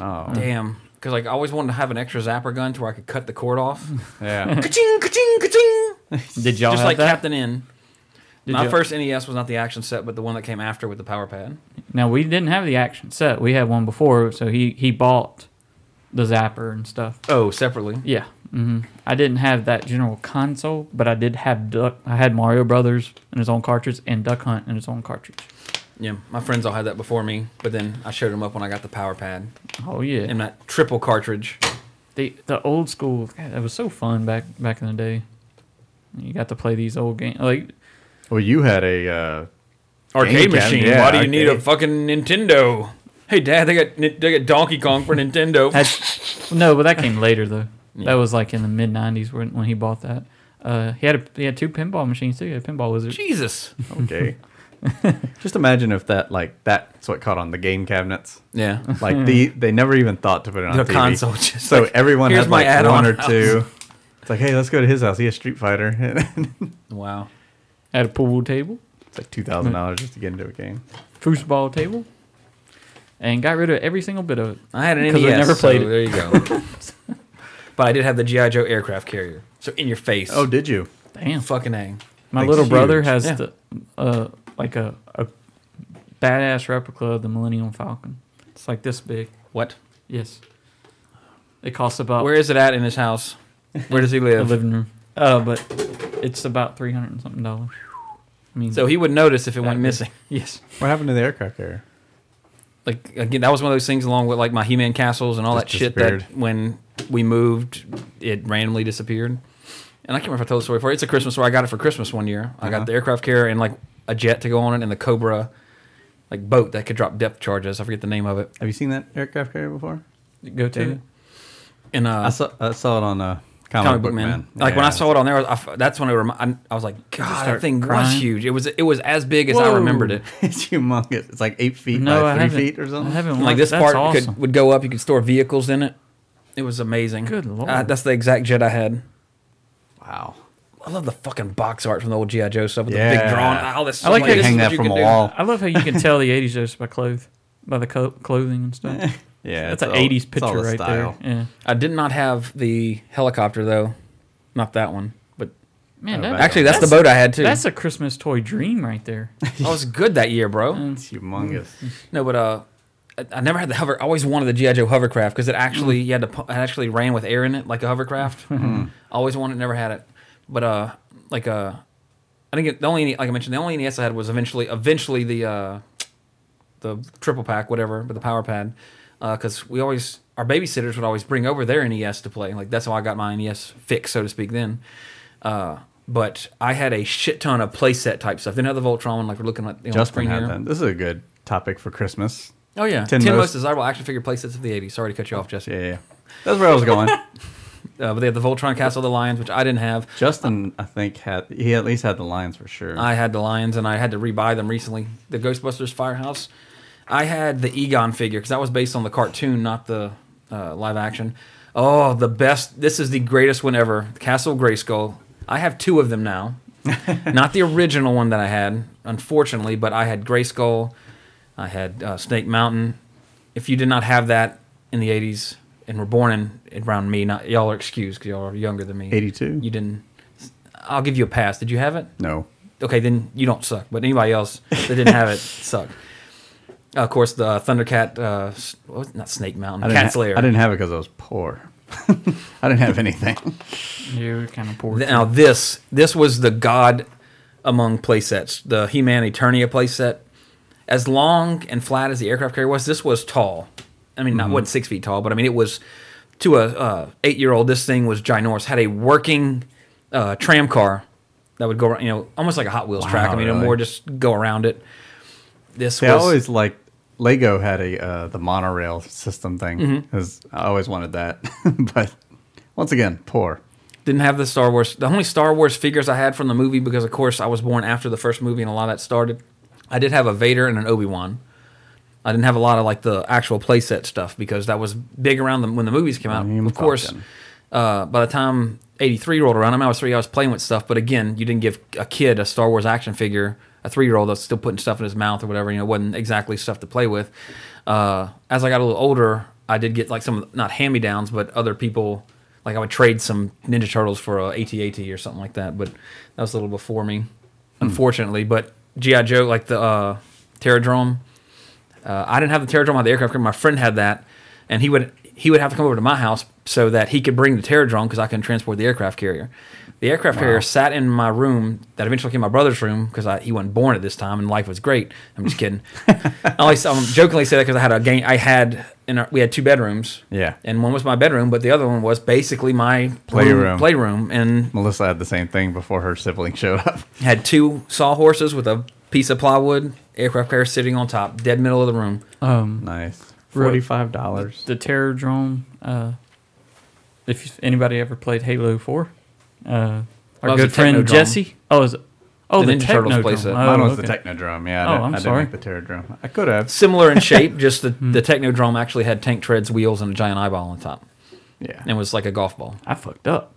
F: Uh.
G: Oh,
E: damn because like I always wanted to have an extra zapper gun to where I could cut the cord off.
G: yeah.
E: ka-ching, ka-ching, ka-ching.
F: Did y'all
E: Just
F: have
E: like
F: that?
E: Captain N. My
F: you-
E: first NES was not the action set, but the one that came after with the power pad.
F: Now we didn't have the action set. We had one before, so he he bought the zapper and stuff.
E: Oh, separately.
F: Yeah. hmm I didn't have that general console, but I did have Duck. I had Mario Brothers in its own cartridge and Duck Hunt in its own cartridge.
E: Yeah, my friends all had that before me, but then I showed them up when I got the power pad
F: Oh yeah.
E: and that triple cartridge.
F: the the old school. God, that was so fun back back in the day. You got to play these old games. Like
G: Well, you had a uh,
E: Arcade
G: Game cabinet,
E: machine.
G: yeah,
E: Why do you need a
G: arcade.
E: fucking Nintendo? Hey, Dad, they got they got Donkey Kong for Nintendo.
F: That's, no, but that came later though. That was like in the mid '90s when, when he bought that. Uh, he had a, he had two pinball machines too. He had a pinball wizard.
E: Jesus.
G: okay. Just imagine if that like that's what caught on the game cabinets.
E: Yeah.
G: Like the they never even thought to put it on
E: The
G: TV.
E: console just
G: so everyone
E: here's
G: had
E: my
G: like
E: add-on
G: one or
E: house.
G: two. It's like, hey, let's go to his house. He has Street Fighter.
E: Wow.
F: Had a pool table,
G: it's like two thousand dollars just to get into a game.
F: foosball table, and got rid of every single bit of it.
E: I had an
F: 'Cause
E: NES.
F: I never played
E: so
F: it.
E: There you go. but I did have the GI Joe aircraft carrier. So in your face.
G: Oh, did you?
F: Damn.
E: fucking a.
F: My
G: Like,
F: little brother
G: huge.
F: has
E: Yeah.
F: the uh like a, a badass replica of the Millennium Falcon. It's like this big.
E: What?
F: Yes. It costs about
E: Where is it at in his house? Where does he
F: the
E: live?
F: living room. Uh but it's about three hundred and something dollars. I mean
E: So he would notice if it
F: that
E: went
F: big.
E: missing.
F: Yes.
G: What happened to the aircraft carrier?
E: Like again, that was one of those things along with like my He-Man castles and all
G: Just
E: that shit. That
G: disappeared.
E: when we moved, it randomly disappeared. And I can't remember if I told the story before. It's a Christmas story. I got it for Christmas one year. I
G: Uh-huh.
E: got the aircraft carrier and like a jet to go on it, and the Cobra, like boat that could drop depth charges. I forget the name of it.
G: Have you seen that aircraft carrier before?
F: Go to
G: Damn.
F: it.
E: And uh,
G: I saw I saw it on uh, comic,
E: comic book man. Like when I saw it on there, I f that's when it remi- I, I was like, God, that
F: start
E: thing was
F: crying?
E: huge. It was it was as big as I
F: Whoa.
E: remembered it.
G: it's humongous. It's like eight feet
F: No,
G: by
F: I
G: three
F: haven't.
G: feet or something.
F: I haven't
E: like this
F: that's
E: part
F: awesome.
E: could would go up. You could store vehicles in it. It was amazing.
F: Good lord.
E: Uh, that's the exact jet I had.
G: Wow.
E: I love the fucking box art from the old GI Joe stuff with the big
G: Yeah.
E: drawn. All this.
F: I like
E: so
F: how
E: much.
F: you
E: This
G: hang
E: is what
G: that
E: you
G: from
E: can
G: a
E: do.
G: wall.
F: I love how you can tell the eighties just by clothes by the co- clothing and stuff.
G: Yeah,
F: That's
G: it's
F: an
G: all-
F: eighties
G: it's all
F: picture
G: the
F: right
G: style.
F: there. Yeah.
E: I did not have the helicopter though, not that one. But
F: Man,
G: Oh,
F: that,
E: actually, that's, the boat I had too.
F: That's a Christmas toy dream right there.
E: I was good that year, bro.
G: It's humongous.
E: No, but uh, I, I never had the hover. I always wanted the GI Joe hovercraft because it actually you had to pu- it actually ran with air in it like a hovercraft.
G: Hmm.
E: I always wanted, it, never had it. But uh, like uh, I think it, the only like I mentioned the only NES I had was eventually eventually the uh, the triple pack whatever, but the power pad because we always our babysitters would always bring over their NES to play. Like that's how I got my NES fix, so to speak. Then. Uh, but I had a shit ton of playset type stuff. Then have the Voltron, like we're looking at you know,
G: Justin
E: screen
G: had
E: here.
G: that. This is a good topic for Christmas.
E: Oh yeah, ten,
G: Ten
E: most,
G: most-
E: desirable action figure playsets of the '80s. Sorry to cut you off, Jesse.
G: Yeah, yeah. that's where I was going.
E: Uh, but they had the Voltron Castle of the Lions, which I didn't have.
G: Justin, I think had he at least had the lines for sure.
E: I had the Lions, and I had to rebuy them recently. The Ghostbusters Firehouse. I had the Egon figure because that was based on the cartoon, not the uh, live action. Oh, the best! This is the greatest one ever. Castle Grayskull. I have two of them now. not the original one that I had, unfortunately, but I had Grayskull. I had uh, Snake Mountain. If you did not have that in the '80s and were born in around me, not y'all are excused because y'all are younger than me.
G: 82?
E: You didn't. I'll give you a pass. Did you have it?
G: no,
E: okay, then you don't suck. But anybody else that didn't have it suck. Uh, of course, the Thundercat, uh, s- what was it? not Snake
G: I
E: Mountain,
G: didn't,
E: Cat
G: ha-
E: Slayer.
G: I didn't have it because I was poor. I didn't have anything.
F: You're kind of poor.
E: Th- Now this this was the god among playsets, the He-Man Eternia playset. As long and flat as the aircraft carrier was, this was tall. I mean,
G: Mm-hmm.
E: not wasn't six feet tall, but I mean it was to a uh, eight year old. This thing was ginormous. Had a working uh, tram car that would go, ar- you know, almost like a Hot Wheels track. I mean,
G: really?
E: more just go around it. This
G: They
E: was
G: always like Lego had a uh, the monorail system thing
F: Mm-hmm.
G: because I always wanted that, but once again, poor.
E: Didn't have the Star Wars. The only Star Wars figures I had from the movie, because of course I was born after the first movie and a lot of that started. I did have a Vader and an Obi Wan. I didn't have a lot of like the actual playset stuff because that was big around the, when the movies came out.
G: Millennium
E: of course,
G: Falcon.
E: uh, by the time '83 rolled around, I, mean, I was three. I was playing with stuff, but again, you didn't give a kid a Star Wars action figure. A three-year-old that's still putting stuff in his mouth or whatever, you know, wasn't exactly stuff to play with. Uh, as I got a little older, I did get like some not hand-me-downs, but other people like I would trade some Ninja Turtles for a AT-AT or something like that. But that was a little before me, unfortunately. But GI Joe, like the uh, Terradrome, uh, I didn't have the pterodrome on the aircraft carrier. My friend had that, and he would he would have to come over to my house so that he could bring the pterodrome because I couldn't transport the aircraft carrier. The aircraft carrier sat in my room that eventually became my brother's room because he wasn't born at this time and life was great. I'm just kidding. I only I'm jokingly said that because I had a game. I had in our, we had two bedrooms.
G: Yeah.
E: and one was my bedroom, but the other one was basically my
G: Playroom.
E: room, playroom, and
G: Melissa had the same thing before her sibling showed up.
E: had two sawhorses with a piece of plywood. Aircraft carrier sitting on top, dead middle of the room.
F: Um,
G: Nice.
F: Right.
G: Forty-five dollars.
F: the Terror Drone. Uh, if anybody ever played Halo Four, uh, our
E: Well, it was
F: good
E: a
F: friend
E: Technodrome.
F: Jesse. Oh, is it? Oh,
E: The
F: the,
E: Ninja Turtles
F: Techno
E: plays it.
F: Drone.
G: Mine
F: Oh,
G: was
F: okay.
G: the Technodrome. Yeah, I, didn't,
F: Oh, I'm
G: I didn't
F: sorry.
G: make the Terror Drum. I could have.
E: Similar in shape, just the,
F: Hmm.
E: the Technodrome actually had tank treads, wheels, and a giant eyeball on top,
G: Yeah,
E: and was like a golf ball.
F: I fucked up.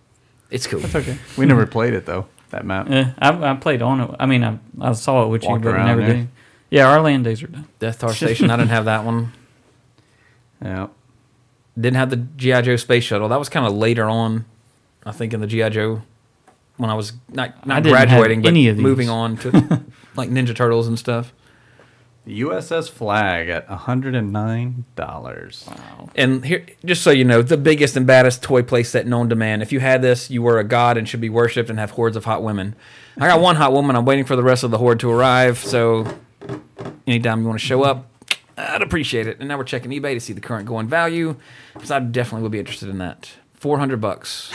E: It's cool.
G: okay. We never played it though. That map.
F: Yeah, I, I played on it. I mean, I, I saw it with
G: Walked
F: you, but I
G: around
F: never
G: there.
F: did. Yeah, our land days are done.
E: Death Star Station. I didn't have that one.
G: Yeah.
E: Didn't have the GI Joe space shuttle. That was kind of later on, I think, in the GI Joe when I was not not
F: didn't have
E: graduating, but
F: any of these.
E: moving on to like Ninja Turtles and stuff.
G: The USS Flag at hundred and nine dollars.
E: And here, just so you know, the biggest and baddest toy playset known to man. If you had this, you were a god and should be worshipped and have hordes of hot women. I got one hot woman. I'm waiting for the rest of the horde to arrive. So, anytime you want to show up, I'd appreciate it. And now we're checking eBay to see the current going value, because I definitely would be interested in that. Four hundred bucks,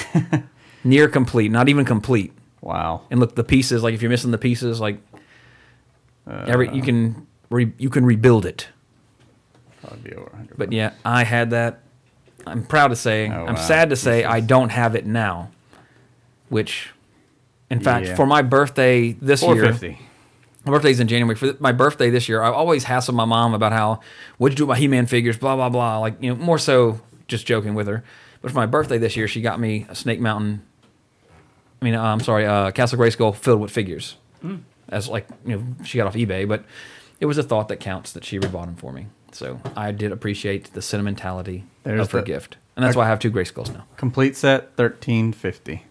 E: near complete, not even complete.
G: Wow.
E: And look, the pieces. Like if you're missing the pieces, like every you can re, you can rebuild it.
G: That would be over 100
E: But yeah, I had that. I'm proud to say,
G: Oh,
E: I'm
G: wow.
E: sad to say, I don't have it now. Which, in fact,
G: Yeah.
E: for my birthday this
G: Four
E: year,
G: fifty.
E: my birthday's in January. For my birthday this year, I always hassled my mom about how, what'd you do about He-Man figures, blah, blah, blah. Like, you know, more so just joking with her. But for my birthday this year, she got me a Snake Mountain, I mean, uh, I'm sorry, uh, Castle Grayskull filled with figures. As like, you know, she got off eBay, but it was a thought that counts that she rebought them for me. So I did appreciate the sentimentality
G: There's
E: of her
G: the-
E: gift. And that's why I have two Grayskulls now.
G: Complete set thirteen fifty.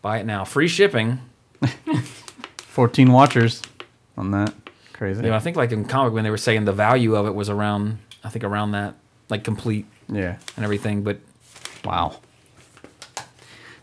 E: Buy it now. Free shipping.
G: Fourteen watchers on that. Crazy.
E: You know, I think like in comic when they were saying the value of it was around, I think around that, like complete
G: Yeah.
E: and everything. But
G: Wow.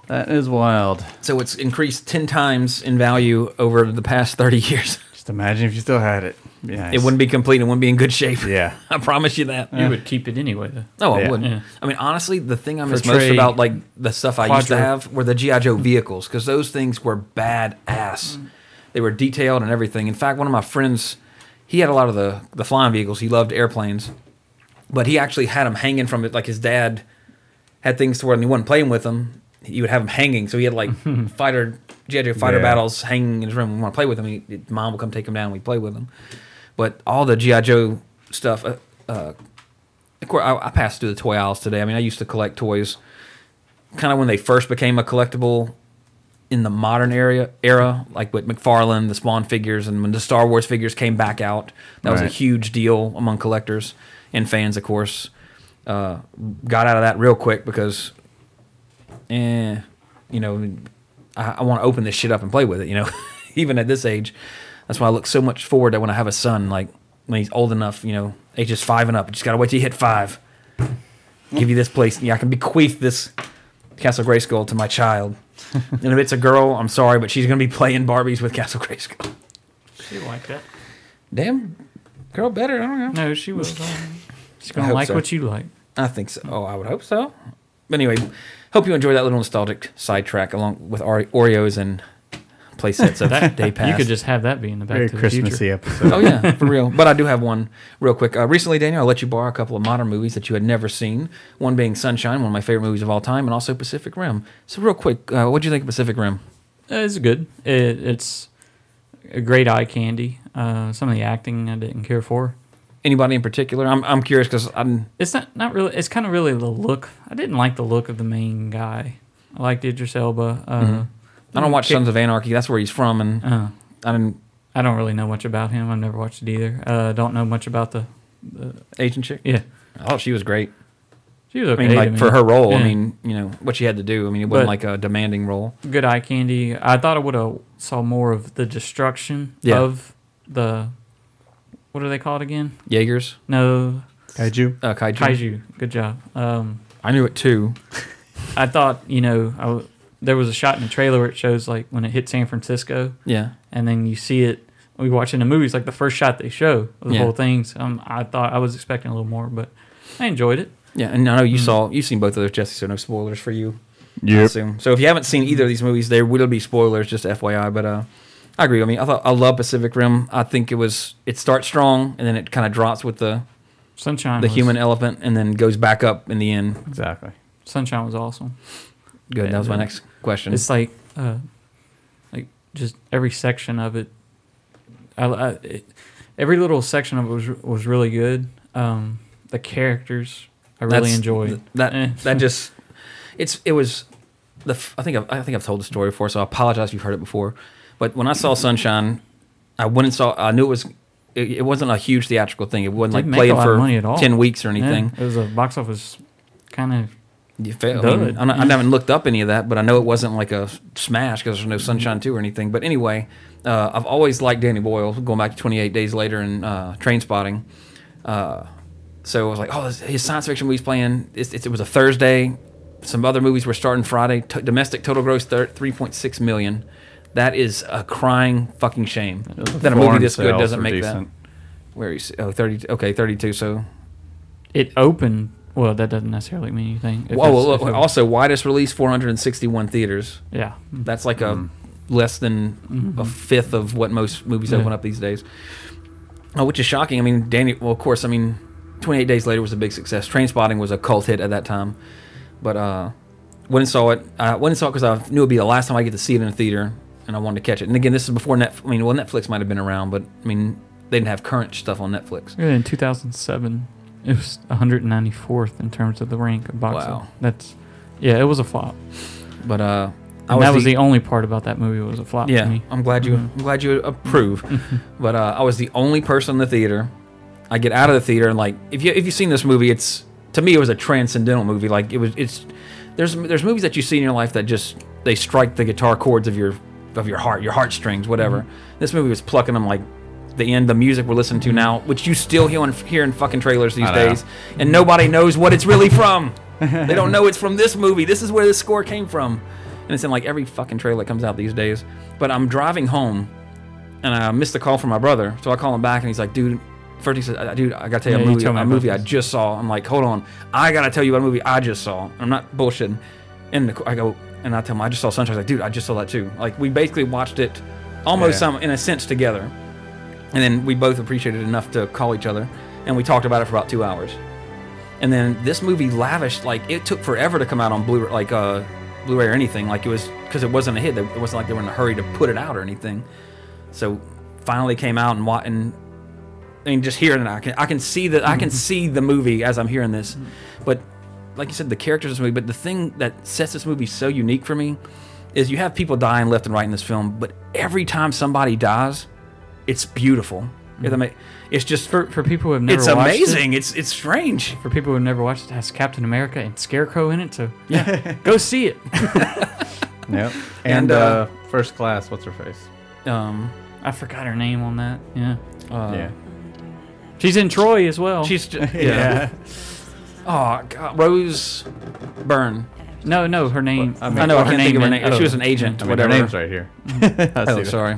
G: That is wild.
E: so it's increased ten times in value over the past thirty years.
G: Just imagine if you still had it. Yeah.
E: It wouldn't be complete. It wouldn't be in good shape.
G: Yeah.
E: I promise you that.
F: You would keep it anyway, though.
E: No, Oh, I
G: Yeah.
E: wouldn't.
F: Yeah.
E: I mean, honestly, the thing I miss most
F: trade,
E: about like the stuff I used to
F: quadro.
E: have were the GI Joe vehicles because those things were badass. They were detailed and everything. In fact, one of my friends, he had a lot of the the flying vehicles. He loved airplanes, but he actually had them hanging from it. Like his dad had things to where when he wasn't playing with them, you would have them hanging. So he had like fighter GI Joe fighter
G: Yeah.
E: battles hanging in his room. We want to play with them. He, mom will come take him down. and We play with them. But all the GI Joe stuff. Uh, uh, of course, I, I passed through the toy aisles today. I mean, I used to collect toys, kind of when they first became a collectible in the modern area era, like with McFarlane, the Spawn figures, and when the Star Wars figures came back out, that was a
G: Right.
E: huge deal among collectors and fans, of course. Uh, got out of that real quick because, eh, you know, I, I want to open this shit up and play with it. You know, even at this age, that's why I look so much forward to when I have a son. Like when he's old enough, you know, ages five and up, you just gotta wait till you hit five. Give you this place, yeah, I can bequeath this Castle Grayskull to my child. and if it's a girl, I'm sorry, but she's gonna be playing Barbies with Castle Grayskull.
F: She like that.
E: Damn, girl, better. I don't know.
F: No, she was. Um, she's
E: I
F: gonna
E: hope
F: like
E: so.
F: what you like.
E: I think so. Oh, I would hope so. But anyway, hope you enjoyed that little nostalgic sidetrack along with Ore- Oreos and playsets of that day past.
F: You could just have that be in the back
G: Very
F: to the
G: Christmassy
F: future.
G: episode.
E: oh yeah, for real. But I do have one real quick. Uh, recently, Daniel, I let you borrow a couple of modern movies that you had never seen. One being Sunshine, one of my favorite movies of all time, and also Pacific Rim. So real quick, uh, what do you think of Pacific Rim?
F: Uh, It's good. It, it's a great eye candy. Uh, some of the acting I didn't care for.
E: Anybody in particular? I'm I'm curious because I'm
F: It's not not really. It's kind of really the look. I didn't like the look of the main guy. I liked Idris Elba. Uh,
E: I don't watch Sons of Anarchy. That's where he's from, and
F: uh,
E: I didn't
F: I don't really know much about him. I've never watched it either. Uh, don't know much about the.
E: Asian chick.
F: Yeah,
E: I thought Oh, she was great.
F: she was
E: I
F: okay.
E: mean, like
F: to me.
E: for her role, I
F: Yeah.
E: mean, you know what she had to do. I mean, it wasn't
F: But-
E: like a demanding role.
F: good eye candy. I thought I would have saw more of the destruction
E: Yeah.
F: of the. What are they called again?
E: Jaegers,
F: No,
G: Kaiju.
E: uh, kaiju.
F: kaiju. Good job. Um,
E: I knew it too.
F: I thought you know I w- there was a shot in the trailer where it shows like when it hit San Francisco,
E: Yeah.
F: and then you see it. We watch in the movies like the first shot they show of the
E: Yeah.
F: whole thing. So um, I thought I was expecting a little more, but I enjoyed it.
E: Yeah, and I know you saw you've seen both of those, Jesse, so no spoilers for you. I
G: Yep.
E: assume. So if you haven't seen either of these movies, there will be spoilers, just FYI. But uh, I agree. I mean, I thought I love Pacific Rim. I think it was it starts strong and then it kind of drops with the
F: Sunshine,
E: the
F: was,
E: human elephant and then goes back up in the end.
G: Exactly.
F: Sunshine was awesome.
E: Good. That was my
F: Yeah.
E: next question.
F: It's like, uh, like just every section of it. I, I, it every little section of it was was really good. Um, the characters I really
E: That's-
F: enjoyed.
E: th- that.
F: Eh.
E: That just it's it was the f- I think I've, I think I've told the story before, so I apologize if you've heard it before. But when I saw Sunshine, I went and saw. I knew it was. It, it wasn't a huge theatrical thing. It wasn't
F: Didn't
E: like
F: make a
E: playing
F: lot of money at
E: for
F: all.
E: ten weeks or
F: Yeah,
E: anything.
F: it was a box office kind of
E: You fail. I, mean,
F: Dud.
E: I'm not, I haven't looked up any of that, but I know it wasn't like a smash because there's no Sunshine 2 or anything. But anyway, uh, I've always liked Danny Boyle, going back to 28 Days Later and uh, Train Spotting. Uh, so I was like, oh, his- his science fiction movie's playing. It's, it's, it was a Thursday. Some other movies were starting Friday. T- domestic total gross thir- 3.6 million. That is a crying fucking shame that a movie
G: Foreign
E: this good
G: sales
E: doesn't
G: were
E: make
G: decent.
E: that. Where is oh 30 okay 32 so
F: it opened. Well, that doesn't necessarily mean anything. If
E: Whoa,
F: it's-
E: look,
F: if it-
E: also widest release 461 theaters
F: yeah,
E: That's like a less than a fifth of what most movies
F: Mm-hmm. Yeah.
E: open up these days, uh, which is shocking. I mean, Danny. Well, of course, I mean, Twenty Eight Days Later was a big success. Train Spotting was a cult hit at that time, but uh, went and saw it. I went and saw it because I knew it'd be the last time I get to see it in a theater, and I wanted to catch it. And again, this is before Netflix. I mean, well, Netflix might have been around, but I mean, they didn't have current stuff on Netflix.
F: Yeah, in 2007, it was 194th in terms of the rank of box.
E: Wow.
F: That's yeah, it was a flop.
E: But uh,
F: And that was the, only part about that movie was a flop
E: Yeah, Um,
F: to me.
E: I'm glad you. I'm glad you approve. but uh, I was the only person in the theater. I get out of the theater and like, if you if you've seen this movie, it's to me it was a transcendental movie. Like it was, it's there's there's movies that you see in your life that just they strike the guitar chords of your of your heart, your heartstrings, whatever. This movie was plucking them like the end. The music we're listening to now, which you still hear in, hear in fucking trailers these
G: I know.
E: days, and nobody knows what it's really from. they don't know it's from this movie. This is where this score came from, and it's in like every fucking trailer that comes out these days. But I'm driving home, and I missed the call from my brother, so I call him back, and he's like, "Dude." First he says, "Uh, "Dude, I gotta tell you
F: Yeah,
E: a
F: you
E: movie,
F: told me
E: a
F: about
E: movie I
F: this.
E: just saw." I'm like, "Hold on, I gotta tell you about a movie I just saw." I'm not bullshitting. And the, I go and I tell him I just saw Sunshine. He's like, "Dude, I just saw that too." Like we basically watched it almost
G: Yeah.
E: some in a sense together, and then we both appreciated it enough to call each other, and we talked about it for about two hours. And then this movie lavished like it took forever to come out on Blu like uh Blu-ray or anything. Like it was because it wasn't a hit. It wasn't like they were in a hurry to put it out or anything. So finally came out and wa- and I mean just hearing it, I can I can see that I can
F: Mm-hmm.
E: see the movie as I'm hearing this. But like you said, the characters of this movie. But the thing that sets this movie so unique for me is you have people dying left and right in this film, but every time somebody dies, it's beautiful. If that ma- It's just
F: For for people who have Mm-hmm. never
E: it's
F: watched it-
E: amazing. It's it's strange.
F: for people who have never watched it, it has Captain America and Scarecrow in it, so yeah, go see it.
G: Yep.
E: And,
G: And, uh,
E: uh,
G: first class, what's her face?
E: Um,
F: I forgot her name on that. Yeah,
E: uh,
G: yeah.
F: she's in Troy as well.
E: She's just, yeah. Oh God, Rose Byrne.
F: no, no, her name.
G: I
F: I,
G: mean-
E: I know
F: know
E: I
F: her
E: can't
F: name.
E: think of her
F: in-
E: name. She
F: oh,
E: was an agent,
G: I mean,
E: whatever.
G: her name's right here. I
E: oh,
G: see that.
E: sorry.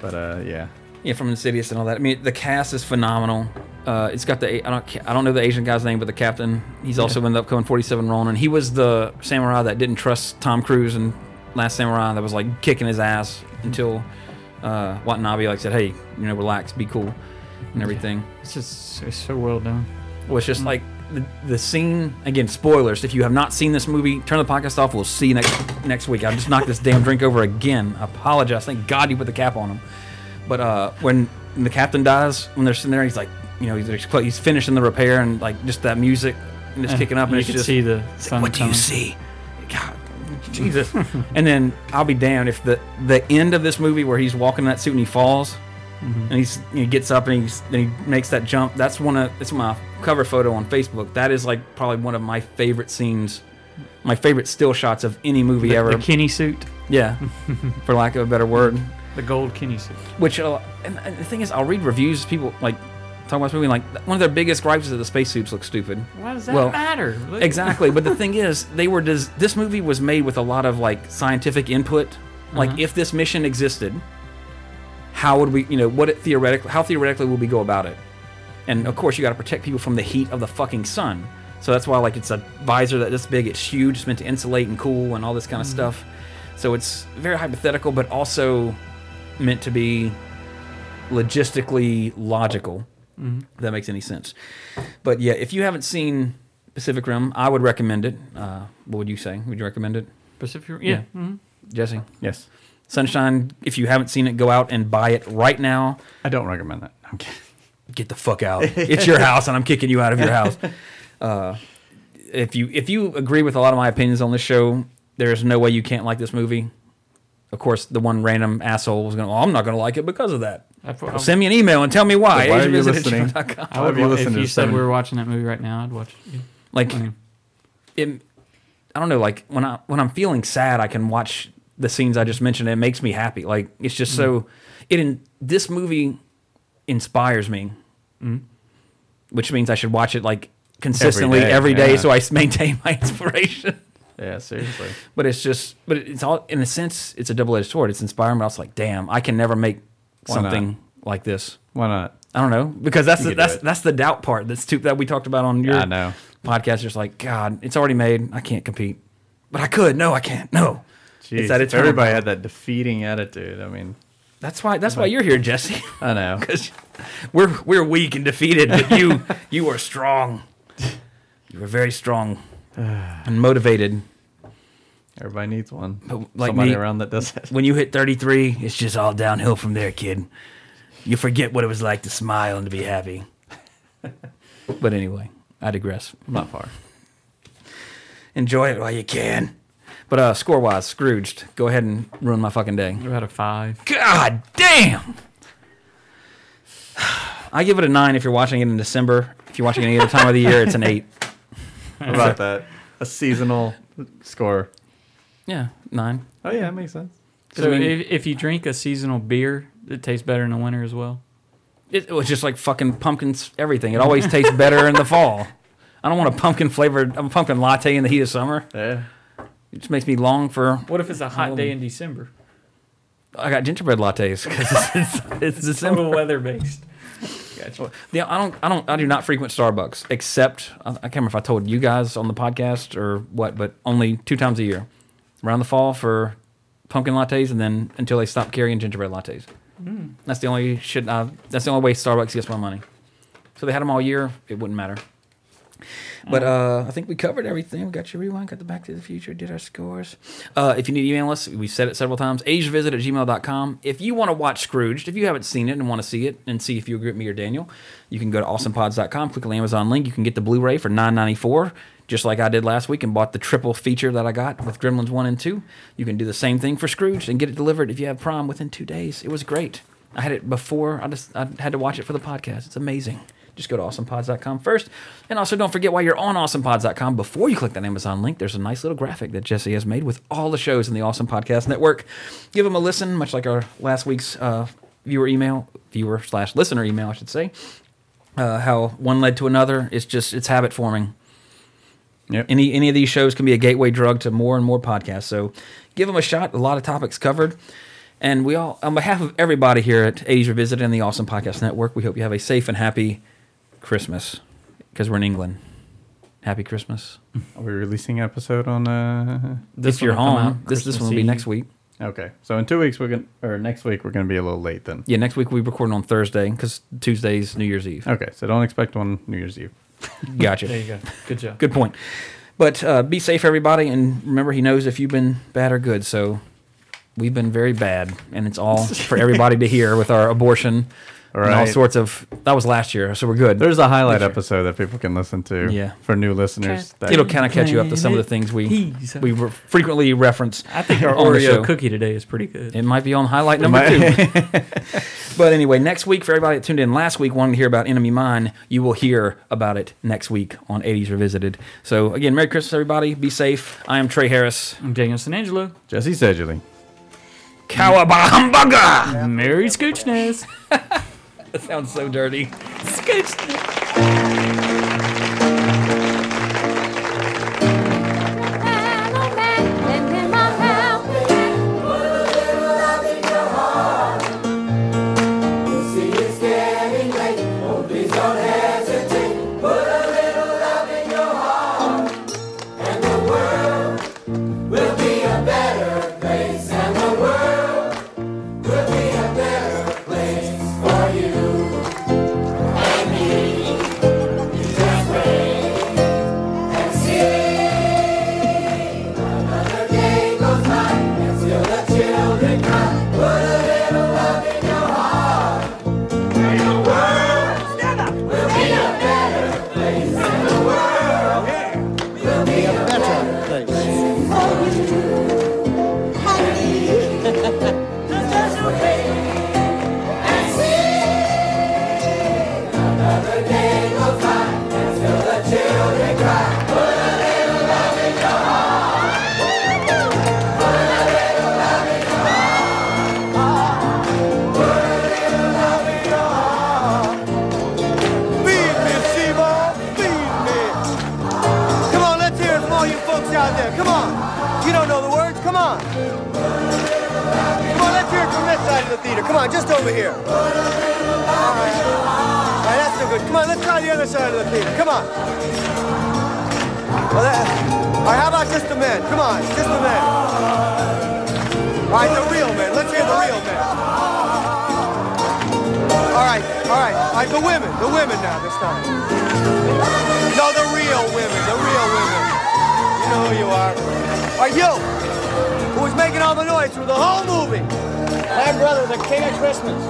G: But uh, yeah.
E: Yeah, from Insidious and all that. I mean, the cast is phenomenal. Uh, it's got the I don't ca- I don't know the Asian guy's name, but the captain. He's also in the upcoming Forty Seven Ronin. He was the samurai that didn't trust Tom Cruise and Last Samurai. That was like kicking his ass until uh, Watanabe like said, "Hey, you know, relax, be cool, and everything."
F: It's just it's so well done.
E: was
F: Mm.
E: just like the, the scene again spoilers if you have not seen this movie turn the podcast off we'll see you next next week i just knocked this damn drink over again i apologize thank god you put the cap on him but uh when the captain dies when they're sitting there he's like you know he's, he's finishing the repair and like just that music and it's kicking up and
F: Eh, you
E: it's
F: can
E: just
F: see the sun
E: what do you
F: coming.
E: see? God, Jesus. and then I'll be damned if the the end of this movie where he's walking in that suit and he falls,
F: Mm-hmm.
E: and he's he gets up and he's and he makes that jump. That's one of it's my cover photo on Facebook. That is like probably one of my favorite scenes, my favorite still shots of any movie ever.
F: The Kenny suit,
E: yeah, for lack of a better word.
F: the gold Kenny suit.
E: Which uh, and, and the thing is, I'll read reviews. People like talking about this movie, like one of their biggest gripes is that the spacesuits look stupid.
F: Why does that
E: Well,
F: matter? Look-
E: Exactly, but the thing is, they were des- this movie was made with a lot of like scientific input. Like, if this mission existed, how would we, you know, what it theoretically, how theoretically would we go about it? And of course, you got to protect people from the heat of the fucking sun. So that's why like it's a visor that this big, it's huge, it's meant to insulate and cool and all this kind of stuff. So it's very hypothetical, but also meant to be logistically logical. If that makes any sense. But yeah, if you haven't seen Pacific Rim, I would recommend it. Uh, what would you say? Would you recommend it,
F: Pacific Rim. Yeah. mhm.
E: Jesse?
G: Yes.
E: Sunshine, if you haven't seen it, go out and buy it right now.
G: I don't recommend that. I'm kidding.
E: Get the fuck out. it's your house, and I'm kicking you out of your house. Uh, if you if you agree with a lot of my opinions on this show, there's no way you can't like this movie. Of course, the one random asshole was going. to, Oh, I'm not going to like it because of that.
F: I pro-
E: Well, send me an email and tell me why.
G: Why are you
E: Asianvisit@gmail.com.
G: listening?
F: I would,
G: However you
F: wa-
G: listen
F: if
G: to
F: you
G: this
F: said
G: thing.
F: we were watching that movie right now, I'd watch it.
E: Like,
G: Mm-hmm.
F: I mean,
E: it, I don't know, like when I when I'm feeling sad, I can watch the scenes I just mentioned. And it makes me happy. Like it's just so.
G: Mm-hmm.
E: It in this movie inspires me,
G: Mm-hmm.
E: which means I should watch it like consistently
G: day,
E: every day,
G: yeah.
E: so I s- maintain my inspiration.
G: Yeah, seriously.
E: but it's just, but it's all in a sense, it's a double edged sword. It's inspiring, but also like, damn, I can never make
G: Why not?
E: something like this.
G: Why not?
E: I don't know because that's
G: You
E: the,
G: can do
E: that's
G: it.
E: that's the doubt part that's too, that we talked about on your
G: I know.
E: podcast. Just like God, it's already made. I can't compete, but I could. No, I can't. No,
G: Jeez,
E: that eternal-
G: everybody had that defeating attitude. I mean,
E: that's why that's why you're here, Jesse.
G: I know.
E: Because we're we're weak and defeated, but you you are strong. You were very strong and motivated.
G: Everybody needs one.
E: But like
G: Somebody
E: me-
G: around that does it.
E: When you hit 33, it's just all downhill from there, kid. You forget what it was like to smile and to be happy. but anyway, I digress.
G: Not far.
E: enjoy it while you can. But uh, score wise, Scrooged, go ahead and ruin my fucking day.
F: you're out of five.
E: God damn! I give it a nine if you're watching it in December. If you're watching it any other time of the year, it's an eight.
G: What about that? A seasonal score.
E: Yeah, nine.
G: Oh yeah, that makes sense.
E: I
F: So
E: mean-
F: if, if you drink a seasonal beer, it tastes better in the winter as well.
E: It, it was just like fucking pumpkins, everything. It always tastes better in the fall. I don't want a pumpkin flavored, a pumpkin latte in the heat of summer.
G: Yeah.
E: It just makes me long for.
F: What if it's a hot day in December?
E: I got gingerbread lattes because it's, it's, it's December.
F: Total weather based. Gotcha.
E: Yeah, I don't, I don't, I do not frequent Starbucks except I, I can't remember if I told you guys on the podcast or what, but only two times a year, around the fall for pumpkin lattes, and then until they stop carrying gingerbread lattes. That's the only shit. I, that's the only way Starbucks gets my money. So they had them all year. It wouldn't matter. But uh, I think we covered everything. We got your rewind, got the Back to the Future, did our scores. Uh, if you need to email us, we said it several times, asiavisit at gmail.com. If you want to watch Scrooged, if you haven't seen it and want to see it and see if you agree with me or Daniel, you can go to awesomepods.com, click on the Amazon link. You can get the Blu ray for nine ninety four, just like I did last week and bought the triple feature that I got with Gremlins 1 and 2. You can do the same thing for Scrooged and get it delivered if you have Prime within two days. It was great. I had it before. I just I had to watch it for the podcast. It's amazing. Just go to awesomepods.com first. And also don't forget while you're on awesomepods.com, before you click that Amazon link, there's a nice little graphic that Jesse has made with all the shows in the Awesome Podcast Network. Give them a listen, much like our last week's uh, viewer email, viewer slash listener email, I should say. Uh, how one led to another. It's just it's habit forming
G: Yep.
E: any any of these shows can be a gateway drug to more and more podcasts. So give them a shot. A lot of topics covered. And we all, on behalf of everybody here at 80s Revisited and the Awesome Podcast Network, we hope you have a safe and happy Christmas because we're in England. Happy Christmas.
G: Are we releasing an episode on? uh
F: This
E: if you're
F: one will come
E: home,
F: out
E: this, this one will be
F: Christmas
E: next
F: Eve.
E: week.
G: Okay, so in two weeks we're gonna, or next week we're gonna be a little late then.
E: Yeah, next week we'll be recording on Thursday because Tuesday's New Year's Eve.
G: Okay, so don't expect one New Year's Eve.
E: Gotcha.
F: There you go. Good job.
E: Good point. But uh, be safe, everybody, and remember, he knows if you've been bad or good. So we've been very bad, and it's all for everybody to hear with our abortion
G: All
E: and all
G: right.
E: sorts of. That was last year, so we're good.
G: There's a highlight
E: Sure.
G: episode that people can listen to.
E: Yeah.
G: For new listeners, that,
E: It'll kind of catch you up to some of the things we
F: Please.
E: we re- frequently reference.
F: I think our
E: on the show.
F: Oreo cookie today is pretty good.
E: It might be on highlight number two. but anyway, next week, for everybody that tuned in last week wanting to hear about Enemy Mine, you will hear about it next week on 80s Revisited. So, again, Merry Christmas, everybody. Be safe. I am Trey Harris.
F: I'm Daniel Sanangelo.
G: Jesse Sedgley.
E: Cowabunga!
F: Merry Scoochness.
E: Sounds so dirty.
F: It's,
H: Feed me, Seymour. Feed me. Come on, let's hear it from all you folks out there. Come on. You don't know the words. Come on. Come on, let's hear it from this side of the theater. Come on, just over here. All right. All right, that's no good. Come on, let's try the other side of the theater. Come on. Well, that- all right, how about just the men? Come on, just the men. All right, the real men. Let's hear the real men. All right, all right, all right. The women, the women now this time. No, the real women, the real women. You know who you are. All right, you, who was making all the noise through the whole movie. My brother, the King of Christmas.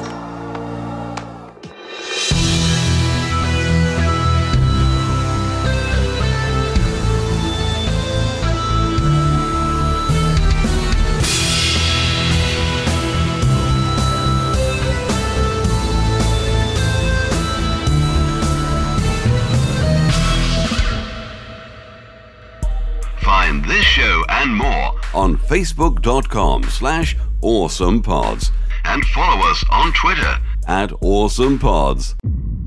A: Find this show and more on facebook.com slash awesomepods and follow us on Twitter at awesomepods.